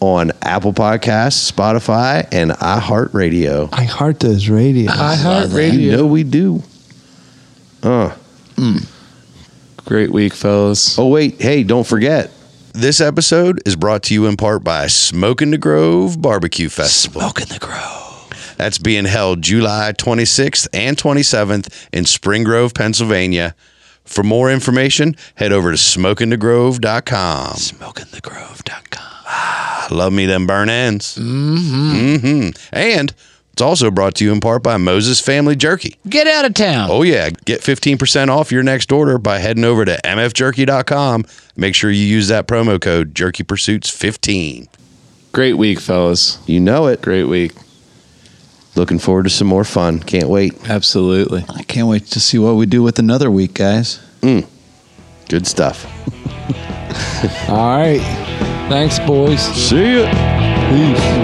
[SPEAKER 5] on Apple Podcasts, Spotify, and iHeartRadio.
[SPEAKER 3] I heart those radios.
[SPEAKER 5] You know we do. Uh,
[SPEAKER 9] Mm.
[SPEAKER 7] Great week, fellas.
[SPEAKER 5] Oh, wait. Hey, don't forget. This episode is brought to you in part by Smoke in the Grove Barbecue Festival.
[SPEAKER 9] Smoke in the Grove.
[SPEAKER 5] That's being held July 26th and 27th in Spring Grove, Pennsylvania. For more information, head over to smokeinthegrove.com.
[SPEAKER 9] Smokeinthegrove.com.
[SPEAKER 5] Ah, Love me them burn ends. Mm-hmm. mm-hmm. And it's also brought to you in part by Moses Family Jerky.
[SPEAKER 9] Get out of town.
[SPEAKER 5] Oh, yeah. Get 15% off your next order by heading over to mfjerky.com. Make sure you use that promo code jerkypursuits15.
[SPEAKER 7] Great week, fellas.
[SPEAKER 5] You know it.
[SPEAKER 7] Great week.
[SPEAKER 5] Looking forward to some more fun. Can't wait.
[SPEAKER 7] Absolutely.
[SPEAKER 4] I can't wait to see what we do with another week, guys.
[SPEAKER 5] Good stuff.
[SPEAKER 3] All right. Thanks, boys.
[SPEAKER 5] See ya.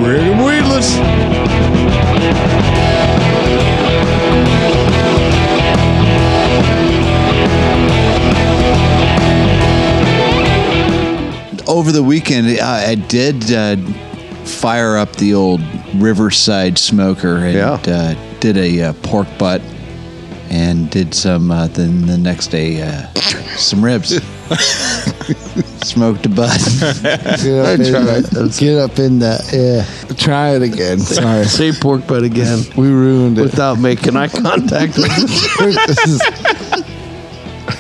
[SPEAKER 5] Rig 'em weedless.
[SPEAKER 4] Over the weekend, I, I did uh, fire up the old Riverside smoker and
[SPEAKER 5] Yeah.
[SPEAKER 4] uh, did a uh, pork butt and did some. Uh, then the next day, uh, some ribs. Smoked a butt.
[SPEAKER 3] Get up, in that. Get up in that. Yeah. Try it again. Sorry.
[SPEAKER 5] Say pork butt again
[SPEAKER 3] We ruined it.
[SPEAKER 5] without making eye contact.
[SPEAKER 3] This is-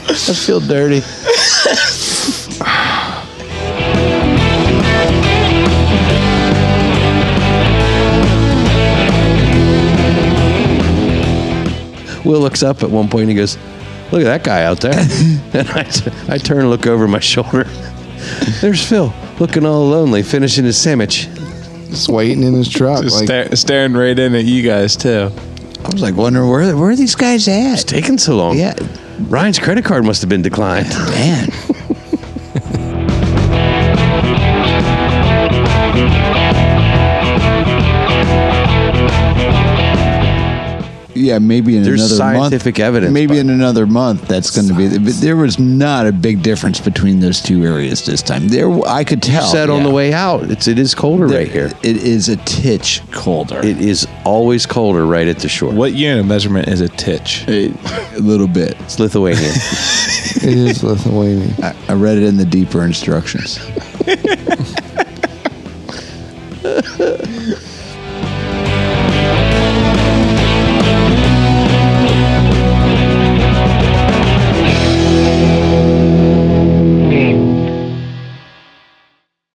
[SPEAKER 5] I feel dirty. Will looks up at one point and he goes, Look at that guy out there. and I, t- I turn and look over my shoulder. There's Phil looking all lonely, finishing his sandwich.
[SPEAKER 3] Just waiting in his truck.
[SPEAKER 7] Just
[SPEAKER 3] Like,
[SPEAKER 7] sta- staring right in at you guys too.
[SPEAKER 4] I was like wondering where where are these guys
[SPEAKER 5] It's
[SPEAKER 4] at?
[SPEAKER 5] taking so long.
[SPEAKER 4] Yeah,
[SPEAKER 5] Ryan's credit card must have been declined.
[SPEAKER 4] man.
[SPEAKER 7] yeah, maybe in
[SPEAKER 5] There's
[SPEAKER 7] another
[SPEAKER 5] scientific
[SPEAKER 7] month,
[SPEAKER 5] evidence,
[SPEAKER 7] Maybe
[SPEAKER 5] but-
[SPEAKER 7] in another month, that's going to be. But there was not a big difference between those two areas this time. There, I could tell.
[SPEAKER 5] said on
[SPEAKER 7] yeah.
[SPEAKER 5] the way out, it's it is colder
[SPEAKER 7] There-
[SPEAKER 5] right here.
[SPEAKER 7] It is a titch colder.
[SPEAKER 5] It is always colder right at the shore.
[SPEAKER 10] What unit of measurement is a titch?
[SPEAKER 7] a little bit.
[SPEAKER 5] It's Lithuanian.
[SPEAKER 3] It is Lithuania.
[SPEAKER 7] I, I read it in the deeper instructions.